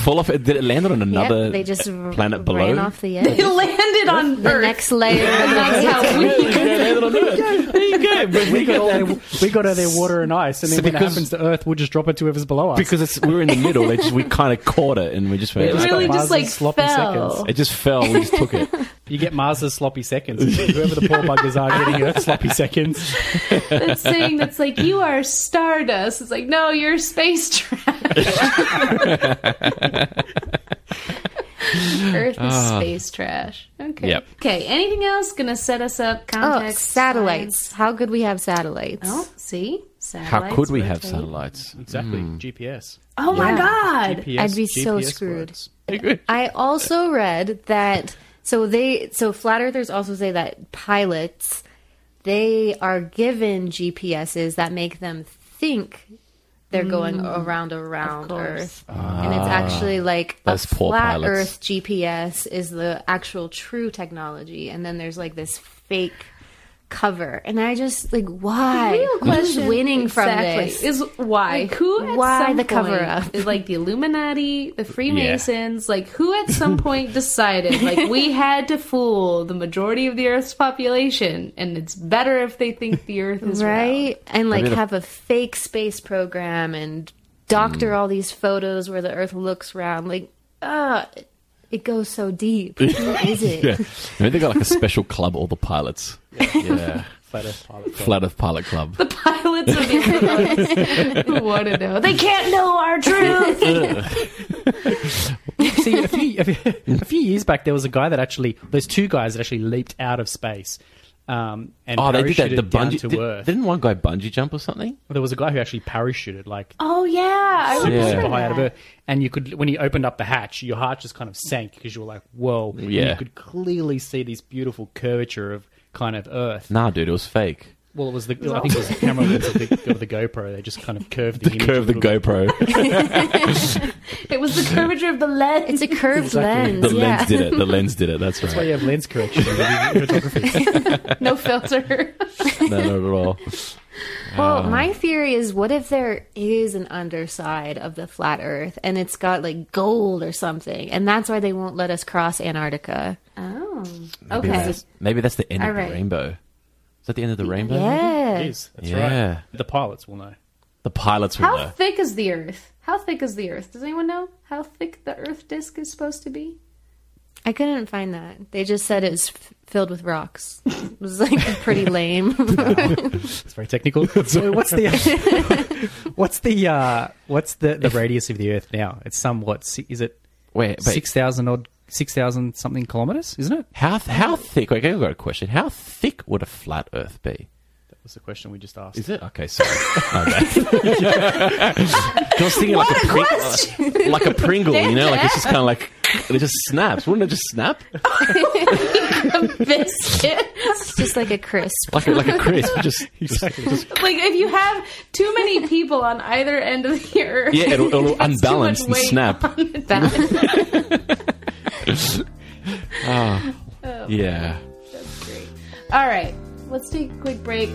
B: fall off? Did it land on another
D: Yep, they just r-
B: planet below?
D: ran off the edge.
G: It landed on
D: the
G: Earth.
D: next layer. of the
G: That's
D: cake.
G: how we.
B: there you go. But
A: we got their, we got her their water and ice, and then
B: So
A: when it
B: because-
A: happens to Earth, we'll just drop it to whoever's below us.
B: because it's, we were in the middle. They just, we kind of caught it, and we just went.
A: It
G: It
A: It's
G: really
A: got
G: just
A: bars
G: like
A: and slop in
G: fell.
A: seconds.
B: It just fell. We just took it.
A: you get Mars's sloppy seconds. Whoever the poor buggers are getting Earth's sloppy seconds.
G: That saying that's like you are stardust. It's like no, you're space trash. Earth is space trash. Okay.
B: Ah. Yep.
G: Okay. Anything else gonna set us up?
D: Oh,
G: Context.
D: satellites.
G: signs?
D: How could we have satellites?
G: Oh, see, satellites.
B: How could we have
G: rotate.
B: satellites?
A: Exactly.
B: Hmm.
A: GPS.
G: Oh my god.
A: GPS,
D: I'd be so
A: GPS
D: screwed.
A: works.
D: I also read that so they so flat earthers also say that pilots they are given GPSs that make them think they're going
G: Mm.
D: around around Earth, and it's actually like a
B: Ah. Those poor
D: flat
B: pilots.
D: Earth GPS is the actual true technology, and then there's like this fake cover, and I just like why
G: Real question.
D: who's winning
G: exactly,
D: from this?
G: is why who at
D: why
G: some
D: the cover
G: point,
D: up?
G: is like the Illuminati, the Freemasons, like who at some point decided like we had to fool the majority of the Earth's population, and it's better if they think the Earth is round.
D: right and like
B: mean, if-
D: have a fake space program and doctor all these photos where the earth looks round like uh it goes so deep who is it
B: Yeah. I mean, they got like a special club, all the pilots. Yeah.
A: Flat Earth pilot.
B: Flat Earth Pilot Club.
G: The pilots of the Earth who want to know. They can't know our truth.
A: See, a few, a few- a few years back, there was a guy that actually, there's two guys that actually leaped out of space. Um, and
B: Oh, they did that. The
A: parachuted down
B: bungee.
A: to
B: did,
A: Earth.
B: Didn't one guy bungee jump or something?
A: There was a guy who actually parachuted, like
G: oh yeah, I
A: super,
B: Yeah.
G: remember
A: super high out of
G: that.
A: Earth, and you could, when he opened up the hatch, your heart just kind of sank because you were like, "Whoa!" And
B: Yeah.
A: you could clearly see this beautiful curvature of kind of Earth.
B: Nah, dude, it was fake.
A: Well, it was the I think it was the camera lens of the, of the GoPro. They just kind of curved the, image. a
B: Curve the
A: little bit.
B: GoPro.
G: It was the curvature of the lens.
D: it's a curved lens
B: The
D: yeah
B: lens did it. The lens did it. That's
A: That's why
B: right.
A: you have lens correction in photography.
G: no filter.
B: No, not at all.
D: well Oh. my theory is what if there is an underside of the flat earth and it's got like gold or something and that's why they won't let us cross antarctica
G: oh,
B: Maybe
G: okay.
B: that's, maybe that's the end
G: All
B: of the
G: right.
B: rainbow. Is that the end of the rainbow?
D: yeah
A: It is. That's
B: Yeah.
A: right. The pilots will know.
B: The pilots will
G: How
B: know.
G: thick is the Earth? How thick is the Earth? Does anyone know how thick the Earth disk is supposed to be?
D: i couldn't find that they just said it was f- filled with rocks it was like pretty lame
A: It's very technical. so what's the what's the uh, what's the, the radius of the Earth now? It's somewhat. si- Is it
B: Wait, but
A: six thousand odd six thousand something kilometers? Isn't it?
B: how how thick? Okay, I've got a question. How thick would a flat Earth be?
A: That was the question we just asked.
B: Is it okay? Sorry, my bad. 'Cause I was thinking like a, Pring- like a Pringle, you know, like it's just kind of like it just snaps. Wouldn't it just snap?
G: Biscuit.
D: It's just like a crisp.
B: Like a, like a crisp, just
A: Exactly.
G: like if you have too many people on either end of the Earth,
B: yeah, it'll, it'll
G: that's too
B: unbalance
G: much
B: and
G: weight
B: snap.
G: on it. That's
B: Yeah.
G: great. All right, let's take a quick break.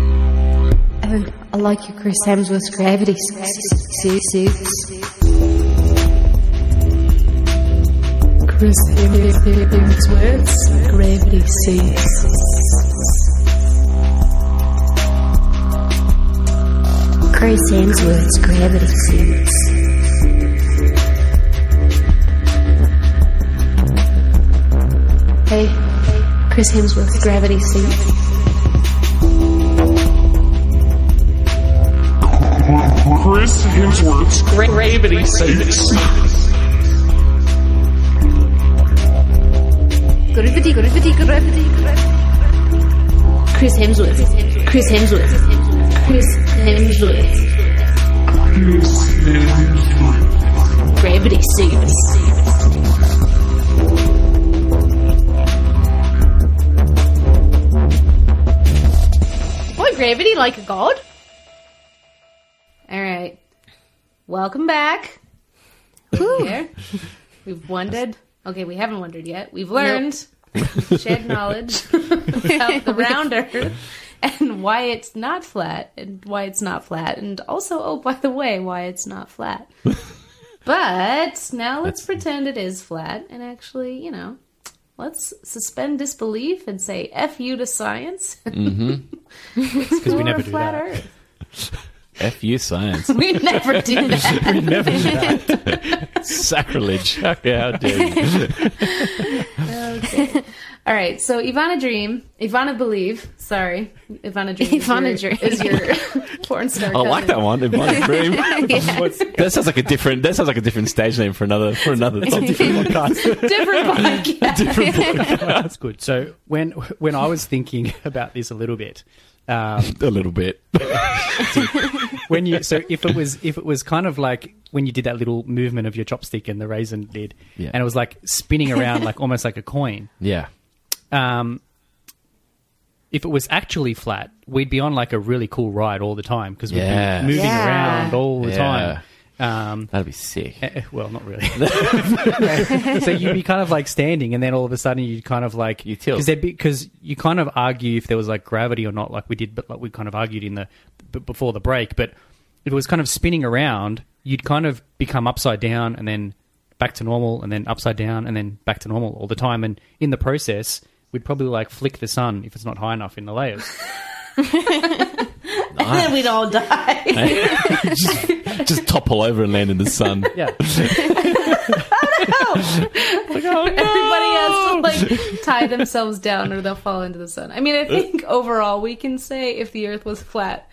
H: Oh, I like your Chris Hemsworth's gravity suit. Chris Hemsworth's gravity suit. Chris Hemsworth's gravity suit. Hey, Chris Hemsworth's gravity suit.
I: Chris Hemsworth's gravity suits.
H: Gravity, gravity, gravity, gravity. Chris Hemsworth. Chris Hemsworth. Chris Hemsworth. Gravity suits.
C: gravity like a god?
G: All right. Welcome back. We're Here. We've wondered. Okay, we haven't wondered yet. We've learned, shared knowledge about the round earth and why it's not flat and why it's not flat. And also, oh, by the way, why it's not flat. But now let's pretend it is flat and actually, you know, let's suspend disbelief and say F you to science.
A: because we
G: Explore
A: never do
G: flat
A: that.
G: earth.
B: F you science.
G: We never do that.
A: we never do that.
B: Sacrilege. Okay, how dare you?
G: All right, so Ivana Dream, Ivana Believe, sorry, Ivana Dream.
D: Ivana
G: is your,
D: Dream.
G: is your porn star.
A: Oh,
B: I like that one. It might dream. That sounds like a different. That sounds like a different stage name for another. For another.
A: Podcast.
G: Different podcast.
A: That's good. So when when I was thinking about this a little bit, um,
B: a little bit.
A: when you so if it was if it was kind of like when you did that little movement of your chopstick and the raisin did,
B: Yeah.
A: and it was like spinning around like almost like a coin.
B: Yeah.
A: um, if it was actually flat, we'd be on like a really cool ride all the time because we'd
B: Yes.
A: be moving
G: Yeah.
A: around all the
B: Yeah.
A: time. Um,
B: That'd be sick.
A: eh, eh, well, not really. so you'd be kind of like standing, and then all of a sudden you'd kind of like
B: You tilt.
A: because because you kind of argue if there was like gravity or not, like we did, but like we kind of argued in the b- before the break. But if it was kind of spinning around, you'd kind of become upside down and then back to normal, and then upside down and then back to normal all the time. And in the process, we'd probably like flick the sun if it's not high enough in the layers.
G: Then we'd all die.
B: just, just topple over and land in the sun.
A: Yeah,
G: Oh,
A: oh,
G: Everybody has to like tie themselves down or they'll fall into the sun. I mean, I think overall we can say if the earth was flat,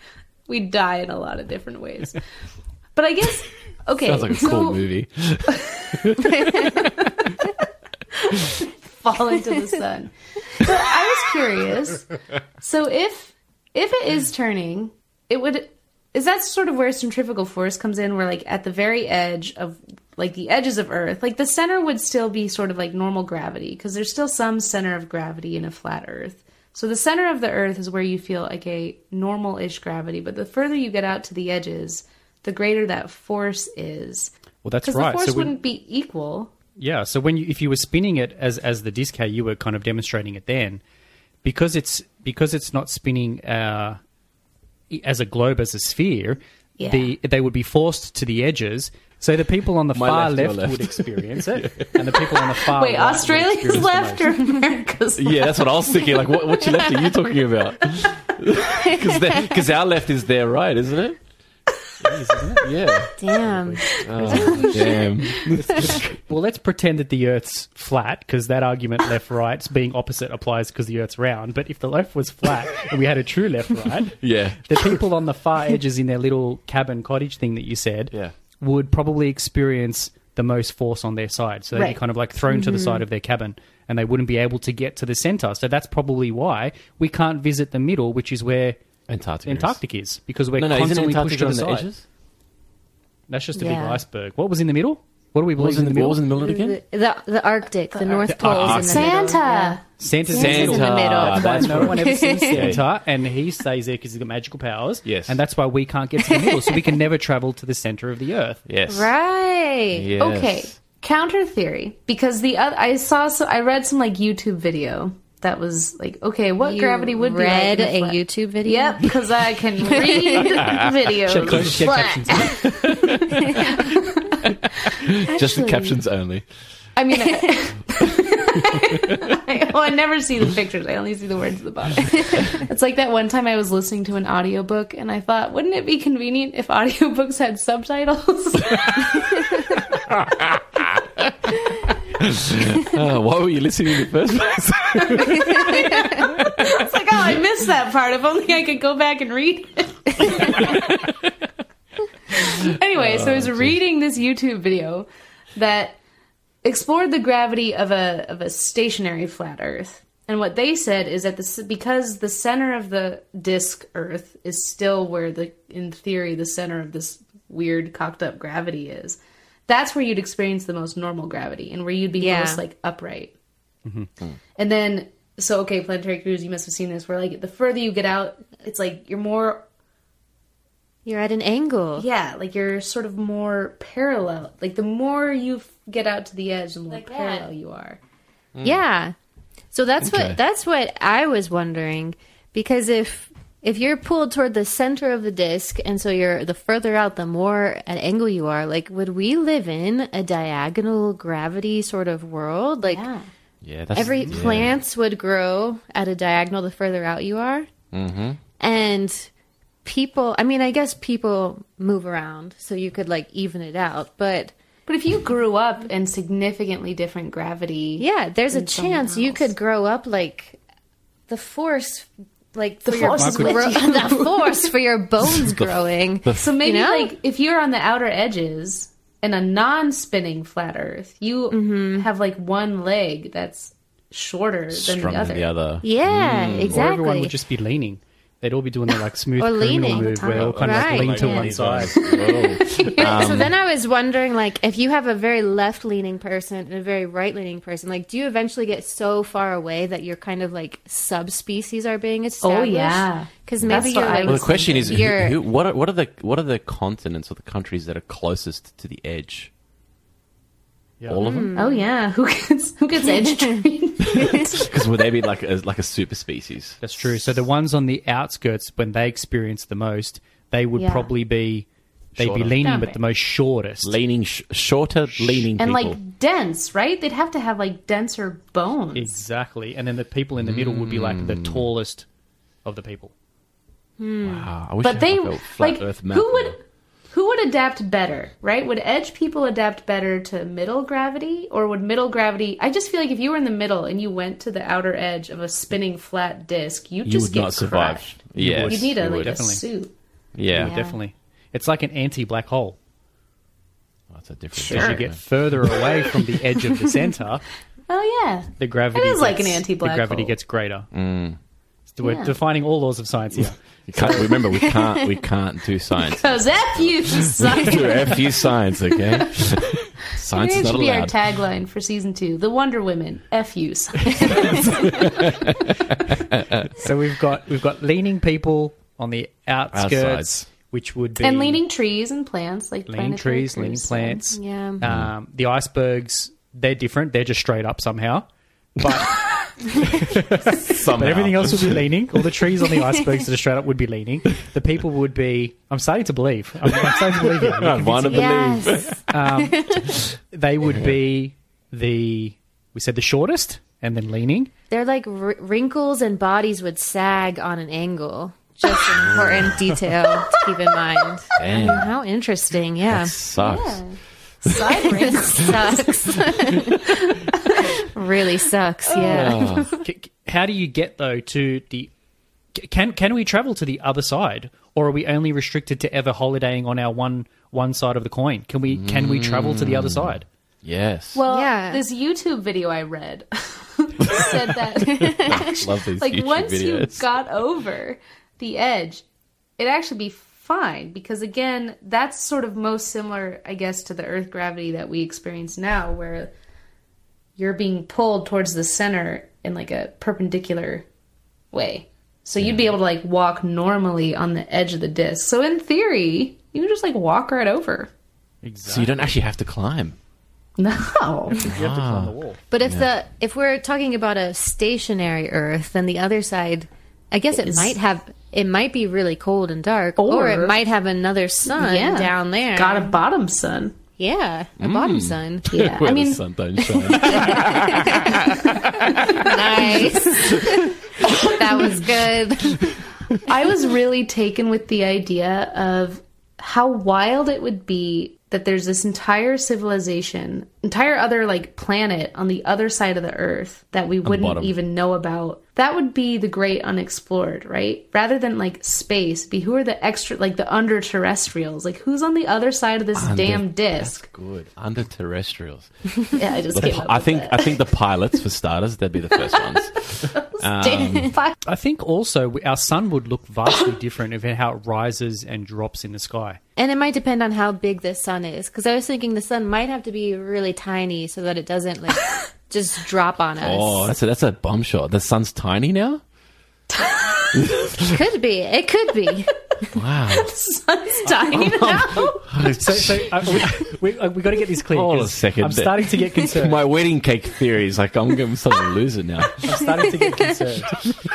G: we'd die in a lot of different ways. But I guess, okay.
B: Sounds like a
G: so-
B: cool movie.
G: fall into the sun. But I was curious. So if if it is turning, it would is that sort of where centrifugal force comes in where like at the very edge of like the edges of earth, like the center would still be sort of like normal gravity because there's still some center of gravity in a flat earth. So the center of the earth is where you feel like a normal-ish gravity, but the further you get out to the edges, the greater that force is.
A: well, that's
G: Because
A: right.
G: the force
A: so when,
G: wouldn't be equal.
A: Yeah. So when you, if you were spinning it as as the disc, how you were kind of demonstrating it then, because it's because it's not spinning uh, i- as a globe as a sphere, the they would be forced to the edges. So the people on the
B: My
A: far
B: left,
A: left,
B: your
A: would
B: left.
A: experience it, and the people on the far
G: Wait,
A: right would
G: Australia's
A: experience the
G: left
A: most.
G: or America's left?
B: Yeah, that's what I was thinking. Like, what, what you left are you talking about? Because our left is their right, isn't it? Yeah.
D: Damn.
B: Oh, damn.
A: Well, let's pretend that the Earth's flat because that argument left right being opposite applies because the Earth's round. But if the left was flat and we had a true left right,
B: Yeah.
A: the people on the far edges in their little cabin cottage thing that you said
B: Yeah.
A: would probably experience the most force on their side. So they'd
G: Right.
A: be kind of like thrown to the side of their cabin and they wouldn't be able to get to the center. So that's probably why we can't visit the middle, which is where
B: Antarctica.
A: Antarctic is, because we're
B: No, no, isn't
A: constantly pushed
B: Antarctica
A: to the
B: on the
A: side.
B: edges?
A: That's just a big
D: Yeah.
A: iceberg. What was in the middle? What do we
B: What
A: believe
B: was in the, what was in the middle of it again?
D: The, the, the Arctic, the North Pole is in the middle.
G: Santa.
D: Yeah.
A: Santa's
D: Santa's in the
B: Santa.
D: middle.
A: That's why no one ever sees
B: Yeah.
A: Santa, and he stays there because he's got magical powers.
B: Yes.
A: and that's why we can't get to the middle, so we can never travel to the center of the Earth.
B: Yes.
G: Right.
B: Yes.
G: Okay. Counter theory because the other I saw so I read some like YouTube video that was like okay what
D: You
G: gravity would be like
D: read
G: in
D: a
G: flat-
D: YouTube video?
G: Yep, because I can read videos.
A: Closed captions.
B: Just the captions only.
G: I mean, I, well, I never see the pictures. I only see the words at the bottom. it's like that one time I was listening to an audiobook and I thought, wouldn't it be convenient if audiobooks had subtitles?
B: Uh, why were you listening in the first place?
G: It's like, oh, I missed that part. If only I could go back and read it. anyway, so I was reading this YouTube video that explored the gravity of a of a stationary flat Earth, and what they said is that this because the center of the disk Earth is still where the in theory the center of this weird cocked up gravity is. That's where you'd experience the most normal gravity, and where you'd be
D: Yeah.
G: most like upright. And then so okay, planetary cruise. You must have seen this. Where like the further you get out, it's like you're more.
D: You're at an angle.
G: Yeah, like you're sort of more parallel. Like the more you f- get out to the edge, the more
D: Like that.
G: parallel you are.
D: Hmm. Yeah. So that's
G: Okay.
D: what that's what I was wondering because if if you're pulled toward the center of the disc and so you're the further out the more at angle you are like would we live in a diagonal gravity sort of world like
B: Yeah,
D: every plants would grow at a diagonal the further out you are
B: Mm-hmm.
D: and people I mean I guess people move around so you could like even it out but
G: But if you grew up in significantly different gravity,
D: Yeah, there's a
G: than someone
D: chance you could grow up like the force, like
G: The
D: for your
G: force is
D: gro-
G: with you.
D: the force for your
G: The
D: bones
G: f-
D: growing.
G: So maybe
D: you know?
G: like if you're on the outer edges in a non-spinning flat Earth, you have like one leg that's shorter than the other.
D: Yeah,
B: Mm.
A: Or everyone
D: exactly.
A: would just be leaning. They'd all be doing their like smooth
D: Or
A: criminal
D: leaning.
A: move where they all kind
D: Right.
A: of like lean to
D: Yeah.
A: one side.
B: Um,
D: Yeah, so then I was wondering, like, if you have a very left-leaning person and a very right-leaning person, like, do you eventually get so far away that you're kind of like subspecies are being established?
G: Oh, yeah.
D: because
G: That's
D: maybe
G: what
D: you're.
G: I
D: Like,
B: Well, the question is, who,
D: you're-
B: who, what are what are the what are the continents or the countries that are closest to the edge? All of them,
G: Oh yeah, who gets who gets edge trained?
B: because would they be like a, like a super species?
A: That's true. So the ones on the outskirts, when they experience the most, they would
G: Yeah.
A: probably be they'd
B: Shorter.
A: be leaning,
G: Down
A: but
G: bit.
A: the most shortest.
B: Leaning, sh- shorter, leaning
G: and
B: people.
G: like dense, right? They'd have to have like denser bones.
A: Exactly. And then the people in the middle would be like the tallest of the people.
B: wow, Ah, I wish
G: but
B: I had
G: they
B: like, a flat
G: like
B: Earth map.
G: who would who would adapt better right would edge people adapt better to middle gravity or would middle gravity i just feel like if you were in the middle and you went to the outer edge of a spinning flat disc you'd
B: You
G: just
B: would
G: get
B: not survive.
G: crushed.
B: Yes,
G: you'd need a,
B: you
G: like
B: would.
G: a
B: Definitely.
G: suit
B: yeah,
G: Yeah.
A: Definitely. It's like an anti black hole.
B: that's a different.
A: As you
B: topic,
A: get
B: man.
A: further away from the edge of the center,
G: oh yeah
A: the gravity
G: It is like
A: gets-
G: an anti-black
A: the gravity
G: hole.
A: gets greater.
B: Mm.
A: So We're
G: Yeah.
A: defining all laws of science here.
B: You can't, remember, we can't we can't do science.
G: because f
B: We
G: you
B: do
G: science
B: a few science, okay? science
G: Maybe
B: is
G: that
B: not
G: should be our
B: allowed.
G: tagline for season two the wonder women f you science
A: so we've got we've got leaning people on the outskirts,
B: Outsides.
A: which would be
G: and leaning trees and plants like
A: leaning
G: planetary
A: trees, leaning
G: cruise.
A: plants.
D: Yeah.
A: Um, the icebergs, they're different. They're just straight up somehow. But,
B: Somehow.
A: but everything else would be leaning. All the trees on the icebergs that are straight up would be leaning. The people would be. I'm starting to believe. I'm, I'm starting to believe you.
B: I want to believe.
D: yes,
A: Um, they would be the. We said the shortest and then leaning.
D: they're like wr- wrinkles and bodies would sag on an angle. Just an important detail to keep in mind.
B: Damn,
G: Uh-huh.
D: How interesting! Yeah,
B: sucks.
G: side rings
D: sucks. really sucks.
B: Oh.
D: Yeah.
A: C- c- How do you get though to the? c- Can can we travel to the other side, or are we only restricted to ever holidaying on our one one side of the coin? Can we can we travel to the
B: Mm.
A: other side?
B: Yes.
G: Well,
D: Yeah.
G: this YouTube video I read said that
B: Love these
G: like
B: YouTube
G: once
B: videos.
G: you got over the edge, it'd actually be fine because again, that's sort of most similar, I guess, to the Earth gravity that we experience now, where you're being pulled towards the center in like a perpendicular way. So you'd be able to like walk normally on the edge of the disc. So in theory, you can just like walk right over.
B: so you don't actually have to climb.
G: No.
A: You have to climb the wall.
D: But if the if we're talking about a stationary Earth, then the other side, I guess it
G: Is-
D: might have it might be really cold and dark, or,
G: Or-
D: it might have another sun down there.
G: Got Mm. a bottom sun.
D: yeah, a bottom sun.
G: Yeah.
B: Where
G: I mean,
B: the Ah, sun don't shine.
D: nice. that was good.
G: I was really taken with the idea of how wild it would be that there's this entire civilization, entire other like planet on the other side of the earth that we wouldn't
B: bottom.
G: even know about. That would be the great unexplored, right? Rather than like space, be who are the extra like the under terrestrials? Like who's on the other side of this damn
B: That's
G: disc?
B: good. Under terrestrials.
G: Yeah, I just
B: The
G: came
B: pi-
G: up
B: I
G: with
B: think
G: that.
B: I think the pilots for starters, they'd be the first ones.
A: I think also our sun would look vastly different of how it rises and drops in the sky.
D: And it might depend on how big the sun is, because I was thinking the sun might have to be really tiny so that it doesn't like just drop on us.
B: Oh, that's a, that's a bomb shot. The sun's tiny now.
D: Could be. It could be.
B: Wow.
G: Sun's dying now.
A: So, so uh, we, we, uh, we got to get this clear.
B: Oh, Hold on a
A: 'cause
B: second.
A: I'm starting to get concerned.
B: My wedding cake theory is like I'm going to lose it now.
A: I'm starting to get concerned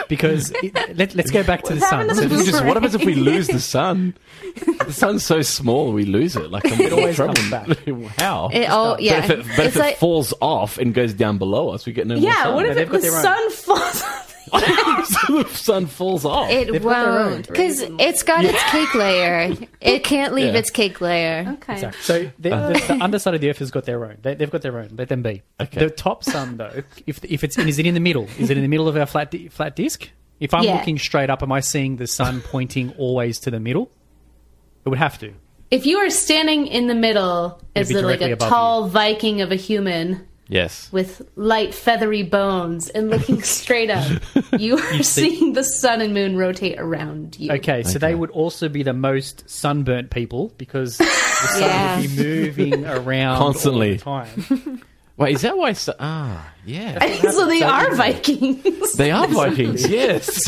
A: because it, let, let's go back to the sun.
B: So if we just- what happens if we lose the sun? The sun's so small, we lose it. Like I'm in
A: always
B: trouble.
A: comes back.
B: How?
D: It all yeah.
B: But if it, but if
D: it's
B: it
D: like
B: falls off and goes down below us, we get no
G: Yeah,
B: more
G: what if
A: they've
G: it,
A: got
G: the
A: their own.
G: sun falls off?
B: sun. the sun falls off?
D: it
A: got their own
D: won't because it's got its cake layer. It can't leave
B: Yeah.
D: its cake layer.
G: Okay.
A: Exactly. So the, the, the underside of the Earth has got their own. They, they've got their own. Let them be.
B: Okay.
A: The top sun, though, if if it's is it in the middle? Is it in the middle of our flat di- flat disc? If I'm
D: Yeah.
A: looking straight up, am I seeing the sun pointing always to the middle? It would have to.
G: If you are standing in the middle as
A: be
G: like
A: directly
G: a
A: above
G: tall Viking of a human
B: yes.
G: with light feathery bones and looking straight up, you are seeing the sun and moon rotate around you.
A: Okay, so they would also be the most sunburnt people because the sun
D: Yeah.
A: would be moving around
B: Constantly.
A: all the time.
B: Wait, is that why? Su- ah, yeah.
G: so they are Vikings.
B: They are Vikings. Yes.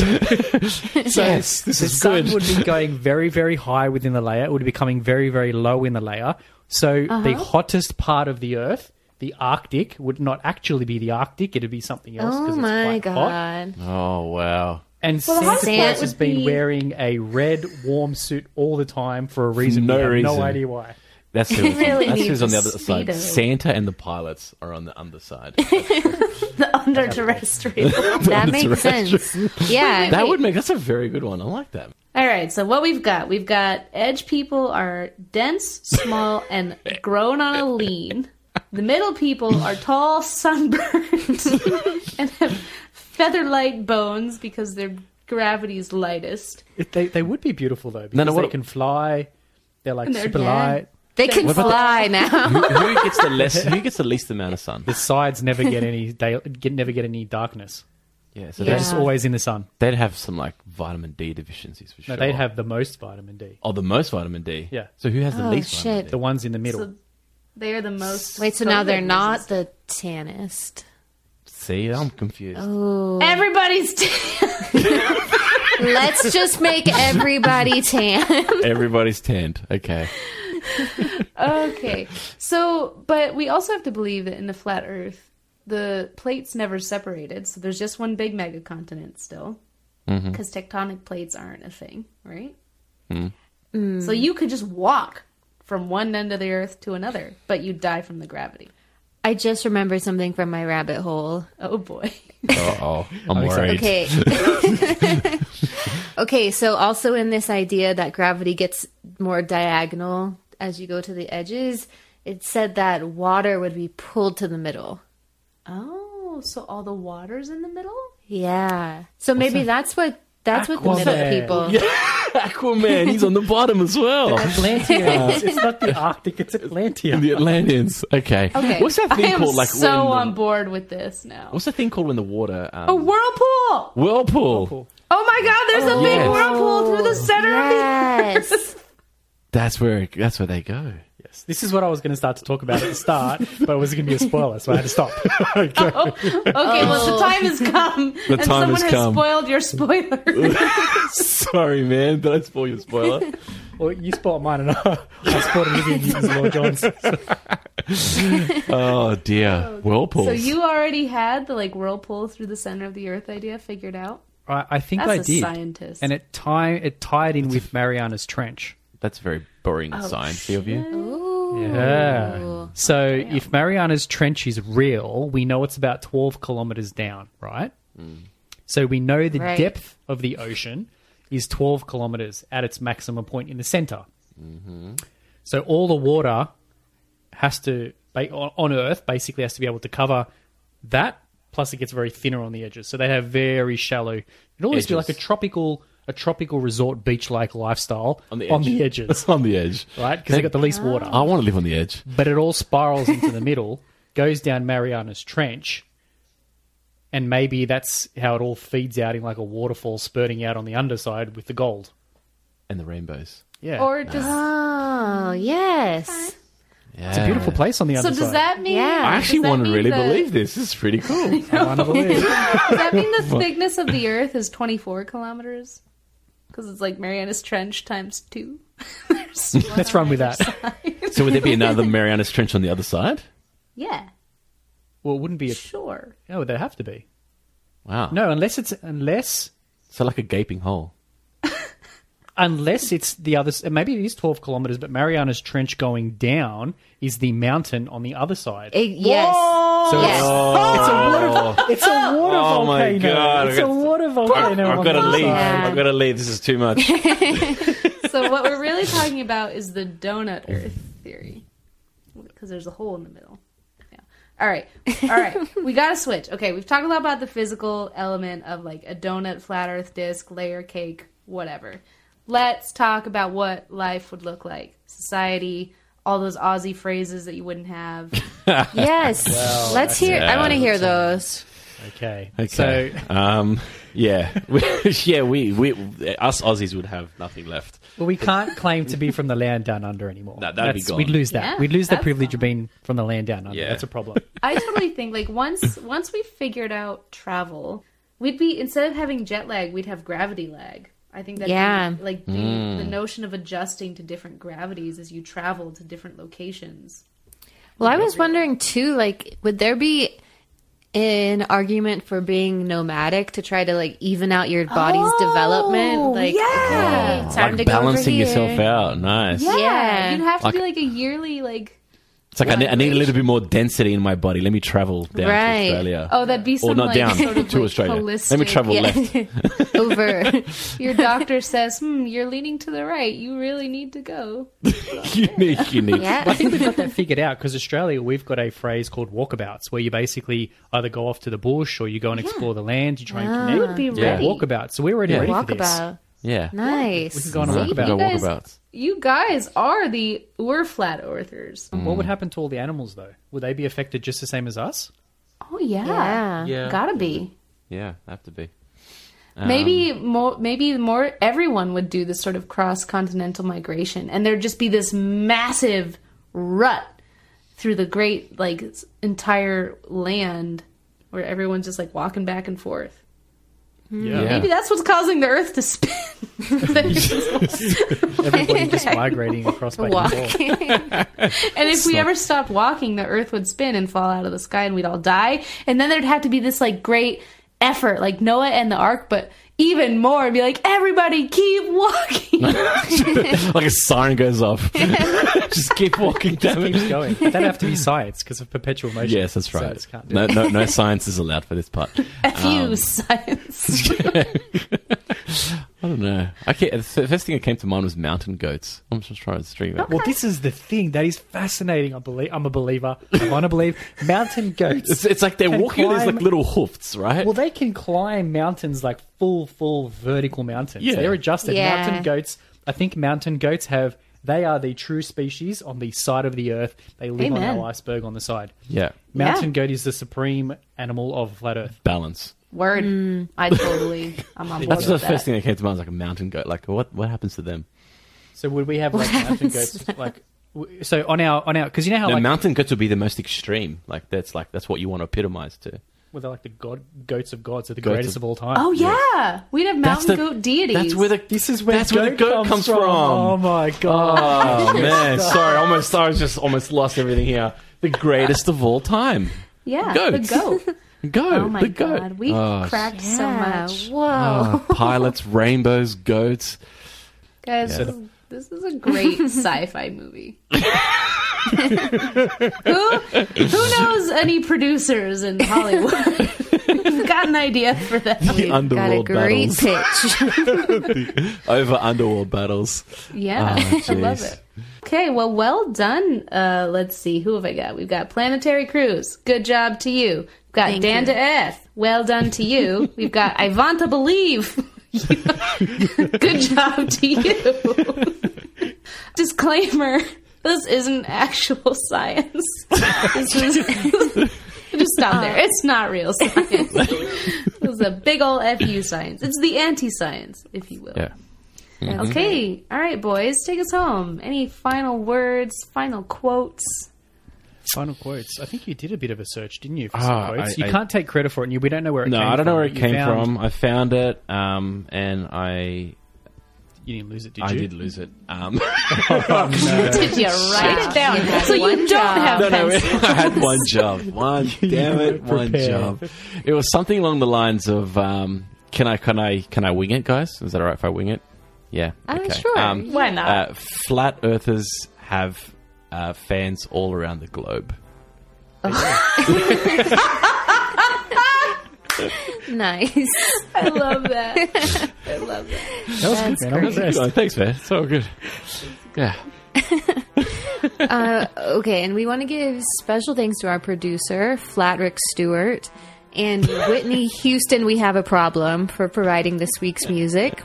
B: yes. This
A: the
B: is
A: sun
B: good.
A: would be going very, very high within the layer. It would be coming very, very low in the layer. So the hottest part of the Earth, the Arctic, would not actually be the Arctic. It'd be something else.
D: Oh
A: 'cause
D: my
A: it's quite hot.
D: god!
B: Oh wow.
A: And
G: Well,
A: Santa
G: the hottest part
A: Claus has
G: would
A: been
G: be-
A: wearing a red warm suit all the time for a reason.
B: no
A: we have
B: reason.
A: No idea why.
B: That's who's,
G: really
B: that's
G: need
B: who's on the
G: the
B: other side.
G: speedo.
B: Santa and the pilots are on the underside.
G: the under terrestrial.
D: That makes sense. Yeah,
B: That would make that's a very good one. I like that.
G: All right, so what we've got, we've got edge people are dense, small, and grown on a lean. The middle people are tall, sunburned, and have feather light bones because their gravity is lightest.
A: It- they, they would be beautiful though because
B: no, what-
A: they can fly. They're like
G: And they're
A: super
G: dead.
A: light.
D: they can fly now.
B: Who gets the less? Who gets the least amount of sun?
A: The sides never get any day, get, never get any darkness.
B: Yeah, so
A: They're
B: They'd,
A: just always in the sun.
B: they'd have some like vitamin D deficiencies for
A: No,
B: sure.
A: they'd have the most vitamin D.
B: oh the most vitamin D.
A: Yeah.
B: So who has the
D: Oh,
B: least?
D: shit.
A: The
B: Vitamin
A: ones in the middle.
G: So they are the most.
D: Wait, so now they're
G: phobic
D: not the tannist.
B: D? See, I'm confused.
G: resist- Everybody's. tan.
D: Let's just make everybody tan.
B: Everybody's tanned. Okay.
G: okay, so but we also have to believe that in the flat Earth, the plates never separated, so there's just one big megacontinent still,
B: Mm-hmm.
G: because tectonic plates aren't a thing, right?
B: Mm-hmm.
G: So you could just walk from one end of the Earth to another, but you die from the gravity.
D: I just remembered something from my rabbit hole.
G: Oh boy.
B: Uh oh, I'm
A: excited.
B: worried.
D: Okay. okay, so also in this idea that gravity gets more diagonal as you go to the edges, it said that water would be pulled to the middle.
G: Oh, so all the water's in the middle.
D: Yeah. So maybe that's what that's what the
A: Aquaman.
D: middle people.
B: Aquaman, he's on the bottom as well.
A: Atlanteans. it's not the Arctic, it's Atlantia.
B: the Atlanteans. Okay.
G: Okay.
B: What's that
G: I
B: thing
G: am
B: called? Like
G: so
B: when,
G: on Oh, board with this now.
B: What's the thing called when the water? Um,
G: a whirlpool!
B: whirlpool.
G: Oh my god, there's a
B: Yes.
G: big whirlpool through the center of the
D: Yes.
B: That's where. it- That's where they go.
A: Yes. This is what I was going to start to talk about at the start, but it was going to be a spoiler, so I had to stop. okay.
G: Okay, well the time has come.
B: Oh. The
G: and
B: time
G: someone
B: has
G: has
B: come.
G: spoiled your spoiler.
B: Sorry, man. Did I spoil your spoiler?
A: Well, you spoiled mine and I, I spoiled Olivia Newton's Lord John's.
B: oh dear. Whirlpools.
G: so you already had the like whirlpool through the center of the earth idea figured out?
A: I, I think
G: That's
A: I
G: a
A: did.
G: scientist.
A: And it, tie, it tied in with Mariana's Trench.
B: That's very boring science of you.
A: Yeah. So if Mariana's Trench is real, we know it's about 12 kilometers down, right?
B: Mm.
A: So we know the
D: Right.
A: depth of the ocean is 12 kilometers at its maximum point in the center.
B: Mm-hmm.
A: So all the water has to, ba- on on Earth, basically has to be able to cover that. Plus, it gets very thinner on the edges, so they have very shallow. It'd always be
B: Edges.
A: like a tropical, a tropical resort beach-like lifestyle
B: On the
A: on
B: edge.
A: the edges,
B: on the edge,
A: right? Because they got the least water
B: I want to live on the edge.
A: but it all spirals into the middle, goes down Mariana's Trench, and maybe that's how it all feeds out in like a waterfall spurting out on the underside with the gold.
B: And the rainbows.
A: Yeah.
G: Or just
D: Oh, yes.
A: It's a beautiful place on the
G: So
A: other
G: does
A: side.
G: that mean?
D: Yeah.
B: I actually
G: does that
B: want to
G: mean
B: really
G: the-
B: believe this. This is pretty cool.
A: I wanna believe.
G: Does that mean the thickness of the Earth is 24 kilometers? Because it's like Marianas Trench times two. There's one
A: Let's
G: on
A: run with
G: either
A: that.
G: side.
B: so would there be another Marianas Trench on the other side?
G: yeah,
A: Well, it wouldn't be a.
G: sure.
A: No, there'd have to be.
B: Wow.
A: No, unless it's unless
B: So like a gaping hole.
A: unless it's the other. s- Maybe it is twelve kilometers, but Mariana's Trench going down is the mountain on the other side.
D: Eh, yes.
A: So
D: yes.
A: It's a water. It's a water
B: Oh my
A: volcano.
B: God,
A: It's a
B: I've got-
A: water volcano.
B: I've
A: on
B: got to
A: the
B: leave.
A: side.
B: I've got to leave. This is too much.
G: So what we're really talking about is the donut Earth theory, because there's a hole in the middle. Yeah. All right, all right. We gotta switch. Okay, we've talked a lot about the physical element of like a donut, flat Earth disc, layer cake, whatever. Let's talk about what life would look like, society, all those Aussie phrases that you wouldn't have.
D: Yes. Let's hear. I want to hear those.
A: Okay.
B: Okay.
A: So,
B: um, yeah, yeah, we, we us Aussies would have nothing left.
A: well, we can't claim to be from the land down under anymore.
B: No, that'd be
A: That's-
B: gone.
A: We'd lose that.
G: Yeah,
A: we'd lose the
G: that's
A: privilege of being from the land down under.
B: Yeah.
A: That's a problem.
G: I totally think like once once we figured out travel, we'd be instead of having jet lag, we'd have gravity lag. I think that
D: Yeah.
G: like the,
B: Hmm.
G: the notion of adjusting to different gravities as you travel to different locations.
D: Well, I was wondering too. Like, would there be an argument for being nomadic to try to like even out your body's
G: Oh,
D: development? Like, yeah. okay, time to
B: like
D: go over
B: balancing
D: here.
B: yourself out. Nice.
D: Yeah.
G: you'd have to
B: Like-
G: be like a yearly like
B: It's like I need, I need a little bit more density in my body. Let me travel down
D: Right.
B: to Australia.
G: oh that'd be some
B: or not
G: like
B: down
G: sort of
B: to
G: like,
B: Australia.
G: holistic.
B: Let me travel
D: Yeah.
B: left.
D: over.
G: Your doctor says, "Hmm, you're leaning to the right. You really need to go."
B: unique, unique.
A: Well, I
D: Yeah.
A: think we've got that figured out because Australia, we've got a phrase called walkabouts, where you basically either go off to the bush or you go and explore the land. You try and connect.
G: You'd Ah, be
B: Yeah.
G: ready.
A: Walkabout. So we're already
B: Yeah.
A: ready for this.
D: Walkabout.
B: Yeah.
A: We can
D: Nice.
A: go on a
B: Right.
A: walkabout.
B: Go
G: guys-
B: walkabouts.
G: You guys are the we're flat earthers.
A: What would happen to all the animals though? Would they be affected just the same as us?
G: Oh yeah.
D: Yeah.
G: Gotta be.
B: Yeah, have to be.
G: Maybe more. Maybe more. Everyone would do this sort of cross-continental migration, and there'd just be this massive rut through the great, like, s- entire land where everyone's just like walking back and forth.
B: Yeah.
G: Mm, Maybe that's what's causing the Earth to spin. There's just-
A: Everybody just migrating across back and forth.
G: and if we ever stopped walking, the Earth would spin and fall out of the sky, and we'd all die. And then there'd have to be this like great effort, like Noah and the Ark, but even more, it'd be like everybody keep walking.
B: like a siren goes off. Just keep walking. Damn it.
A: keeps going. That'd have to be science because of perpetual motion.
B: Yes, that's right.
A: Science can't do
B: No, no, no science is allowed for this part.
G: F you, science.
B: I don't know. Okay, the first thing that came to mind was mountain goats. I'm just trying to stream it.
A: Well, this is the thing that is fascinating. I believe I'm a believer. I want to believe mountain goats.
B: It's, it's like they're
A: Can
B: walking with these like
A: climb-
B: little hoofs, right?
A: Well, they can climb mountains like full, full vertical mountains.
B: Yeah.
A: They're adjusted.
D: Yeah.
A: Mountain goats, I think mountain goats have, they are the true species on the side of the earth. They live on
G: Amen.
A: our iceberg on the side.
B: yeah,
A: Mountain goat is the supreme animal of flat earth.
B: balance.
G: Word. I totally. I'm on board.
B: That's the
G: with
B: first
G: that.
B: thing that came to mind. Was like a mountain goat. Like what? What happens to them?
A: So would we have like mountain goats like w- so on our on our because you know how
B: No,
A: Oh, like
B: mountain goats would be the most extreme. Like that's like that's what you want to epitomize to.
A: well, they're like the god goats of gods are the
B: Goats
A: greatest
B: of-
A: of all time.
G: Oh yeah, we'd have
B: That's
G: mountain
B: the-
G: goat deities.
B: That's where the
A: This is where,
B: that's where the goat comes, from.
A: Oh my god!
B: Oh man, sorry, almost I was just almost lost everything here. The greatest of all time.
G: yeah
B: goats.
G: the goat.
B: Go,
G: Oh my
B: the goat.
G: god, we
B: Oh,
G: cracked
D: Yeah.
G: so much,
D: Whoa.
A: Ah,
B: oh, pilots, rainbows, goats.
G: guys. This, is, this is a great sci-fi movie. who who knows any producers in Hollywood? We've got an idea for that.
B: The
D: Got a
B: underworld
D: great
B: battles.
D: pitch.
B: Over underworld battles.
G: Yeah,
B: Oh,
G: I love
B: jeez.
G: it. Okay, well, well done. Uh, let's see, who have I got? We've got Planetary Cruise. Good job to you. We've got
D: Thank
G: Dan
D: you.
G: to Earth. Well done to you. We've got I want to believe. Good job to you. Disclaimer: This isn't actual science. This is. Just stop
D: Uh-huh.
G: there. It's not real science. This is a big old fu science. It's the anti-science, if you will.
B: Yeah.
G: Okay, all right, boys, take us home. Any final words, final quotes?
A: Final quotes. I think you did a bit of a search, didn't you? For
B: Ah,
A: some quotes.
B: I-
A: you
B: I-
A: can't take credit for it, and you, we don't know where it
B: No,
A: came from.
B: I don't know where it
A: You
B: came
A: found-
B: from. I found it, um, and I
A: You didn't lose it, did
B: I
A: you?
B: did lose it. Um,
D: Did you write it down?
G: So you don't have
B: no, no,
G: pencil.
B: I had one job. One, damn
A: weren't
B: it, one
A: prepared.
B: job. It was something along the lines of, um, "Can I, can I, can I wing it, guys? Is that all right if I wing it?" Yeah.
D: Oh, sure.
G: Why not?
B: uh, flat Earthers have uh, fans all around the globe.
D: Nice.
G: I love that. I love that.
A: That was good, man. I'm impressed.
B: Oh, thanks, man. It's all good. Yeah.
D: Okay, and we want to give special thanks to our producer, Flatrick Stewart, and Whitney Houston, We Have a Problem, for providing this week's music.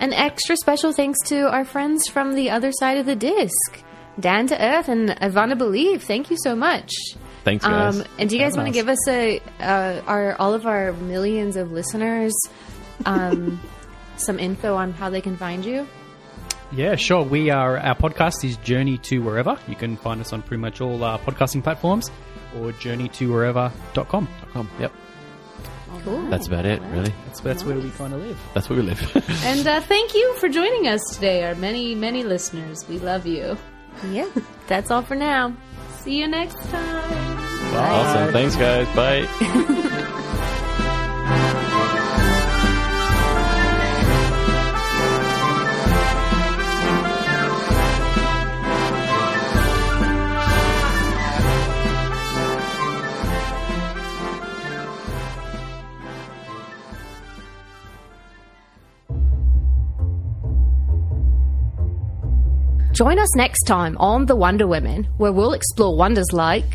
D: An extra special thanks to our friends from the other side of the disc, Dan to Earth and Ivana Believe. Thank you so much.
B: Thanks, guys.
D: Um, and do you guys want to give us a uh, our all of our millions of listeners um, some info on how they can find you?
A: Yeah, sure. We are our podcast is Journey to Wherever. You can find us on pretty much all uh, podcasting platforms or journeytowherever.com.
B: Um, yep.
D: Cool.
B: That's about it, really.
A: That's that's where we kind of live.
B: That's where we live.
G: And uh, thank you for joining us today, our many, many listeners. We love you.
D: yeah, that's all for now.
G: See you next time.
B: awesome. Thanks, guys. Bye.
D: Join us next time on The Wonder Women, where we'll explore wonders like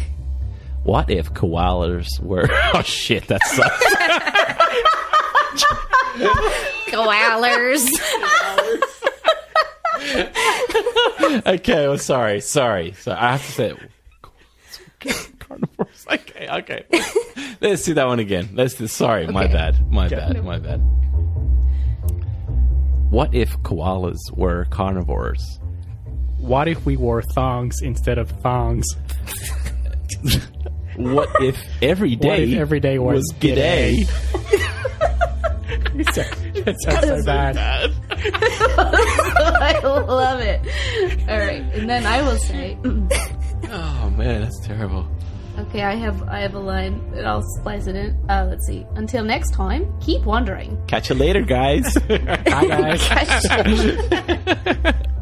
B: What if koalas were? Oh shit, that sucks.
D: koalas,
B: okay, well, sorry, sorry. So I have to say, carnivores. Okay, okay. Let's do that one again. Let's do. Sorry, my
D: Okay.
B: bad, my bad, my bad. What if koalas were carnivores?
A: What if we wore thongs instead of thongs?
B: What if every day?
A: What if every day was
B: was g'day?
A: That sounds so bad.
G: I love it. All right, and then I will say,
B: Oh man, that's terrible.
G: okay, I have I have a line, and I'll splice it in. Uh, let's see. Until next time, keep wondering.
B: Catch you later, guys.
A: Hi guys.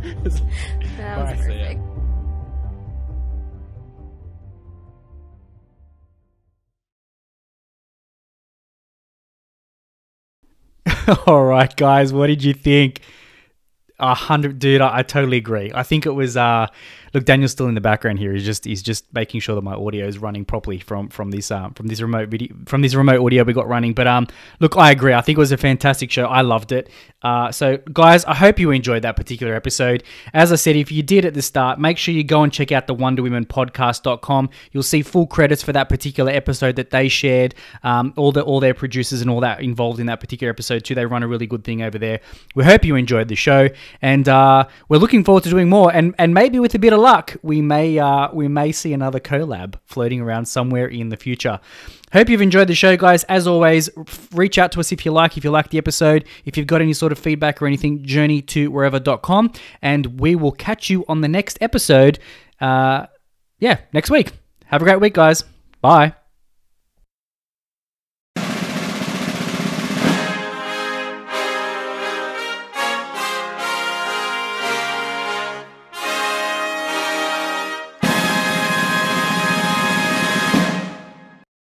A: All right, guys, what did you think? A hundred, dude. I, I totally agree. I think it was. Uh, look, Daniel's still in the background here. He's just he's just making sure that my audio is running properly from from this um, from this remote video from this remote audio we got running. But um, look, I agree. I think it was a fantastic show. I loved it. Uh, so guys, I hope you enjoyed that particular episode. As I said, if you did at the start, make sure you go and check out the WonderWomenPodcast.com. You'll see full credits for that particular episode that they shared. Um, all the all their producers and all that involved in that particular episode too. They run a really good thing over there. We hope you enjoyed the show, and uh, we're looking forward to doing more. And and maybe with a bit of luck, we may uh, we may see another collab floating around somewhere in the future. Hope you've enjoyed the show, guys. As always, r- reach out to us if you like, if you like the episode, if you've got any sort of feedback or anything, journey to wherever.com. And we will catch you on the next episode. Uh, yeah, next week. Have a great week, guys. Bye.